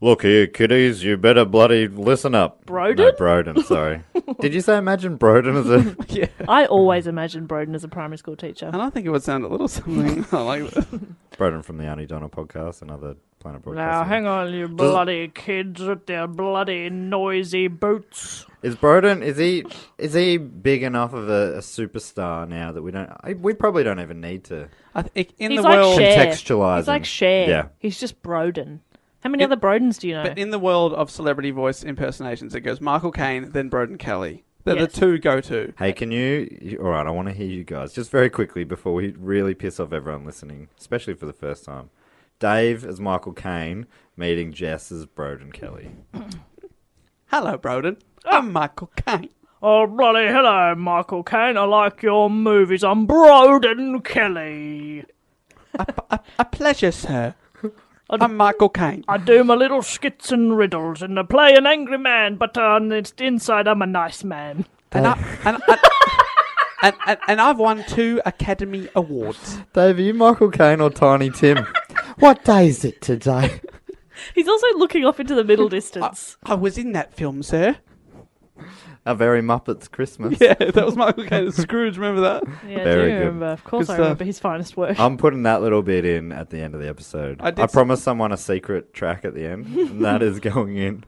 Look here, kiddies, you better bloody listen up. Broden? No, Broden, sorry. Did you say imagine Broden as a... [LAUGHS] yeah. I always imagine Broden as a primary school teacher. And I think it would sound a little something [LAUGHS] I like that. Broden from the Arnie Donner podcast, another Planet Broadcast. Now, hang on, Uh, you bloody kids with their bloody noisy boots. Is Broden is he is he big enough of a, a superstar now that we don't I, we probably don't even need to I think in He's the like world, Cher. contextualize He's like him. Cher. Yeah. He's just Broden. How many It- other Brodens do you know? but in the world of celebrity voice impersonations, it goes Michael Caine, then Broden Kelly. They're Yes. the two go-to. Hey, can you, you all right, I want to hear you guys just very quickly before we really piss off everyone listening, especially for the first time. Dave as Michael Caine meeting Jess as Broden Kelly. Hello, Broden. Ah. I'm Michael Caine. Oh, bloody hello, Michael Caine. I like your movies. I'm Broden Kelly. A pleasure, sir. I'm Michael Caine. I do my little skits and riddles and I play an angry man, but uh, on the inside, I'm a nice man. and, I, and, [LAUGHS] I- and, and, and I've won two Academy Awards. Dave, are you Michael Caine or Tiny Tim? [LAUGHS] what day is it today? [LAUGHS] He's also looking off into the middle distance. I was in that film, sir. A very Muppets Christmas. Yeah, that was Michael Caine. as Scrooge, remember that? Yeah, I Very do good. remember. Of course, Good I stuff. remember his finest work. I'm putting that little bit in at the end of the episode. I I, did s- promised someone a secret track at the end, and that is going in.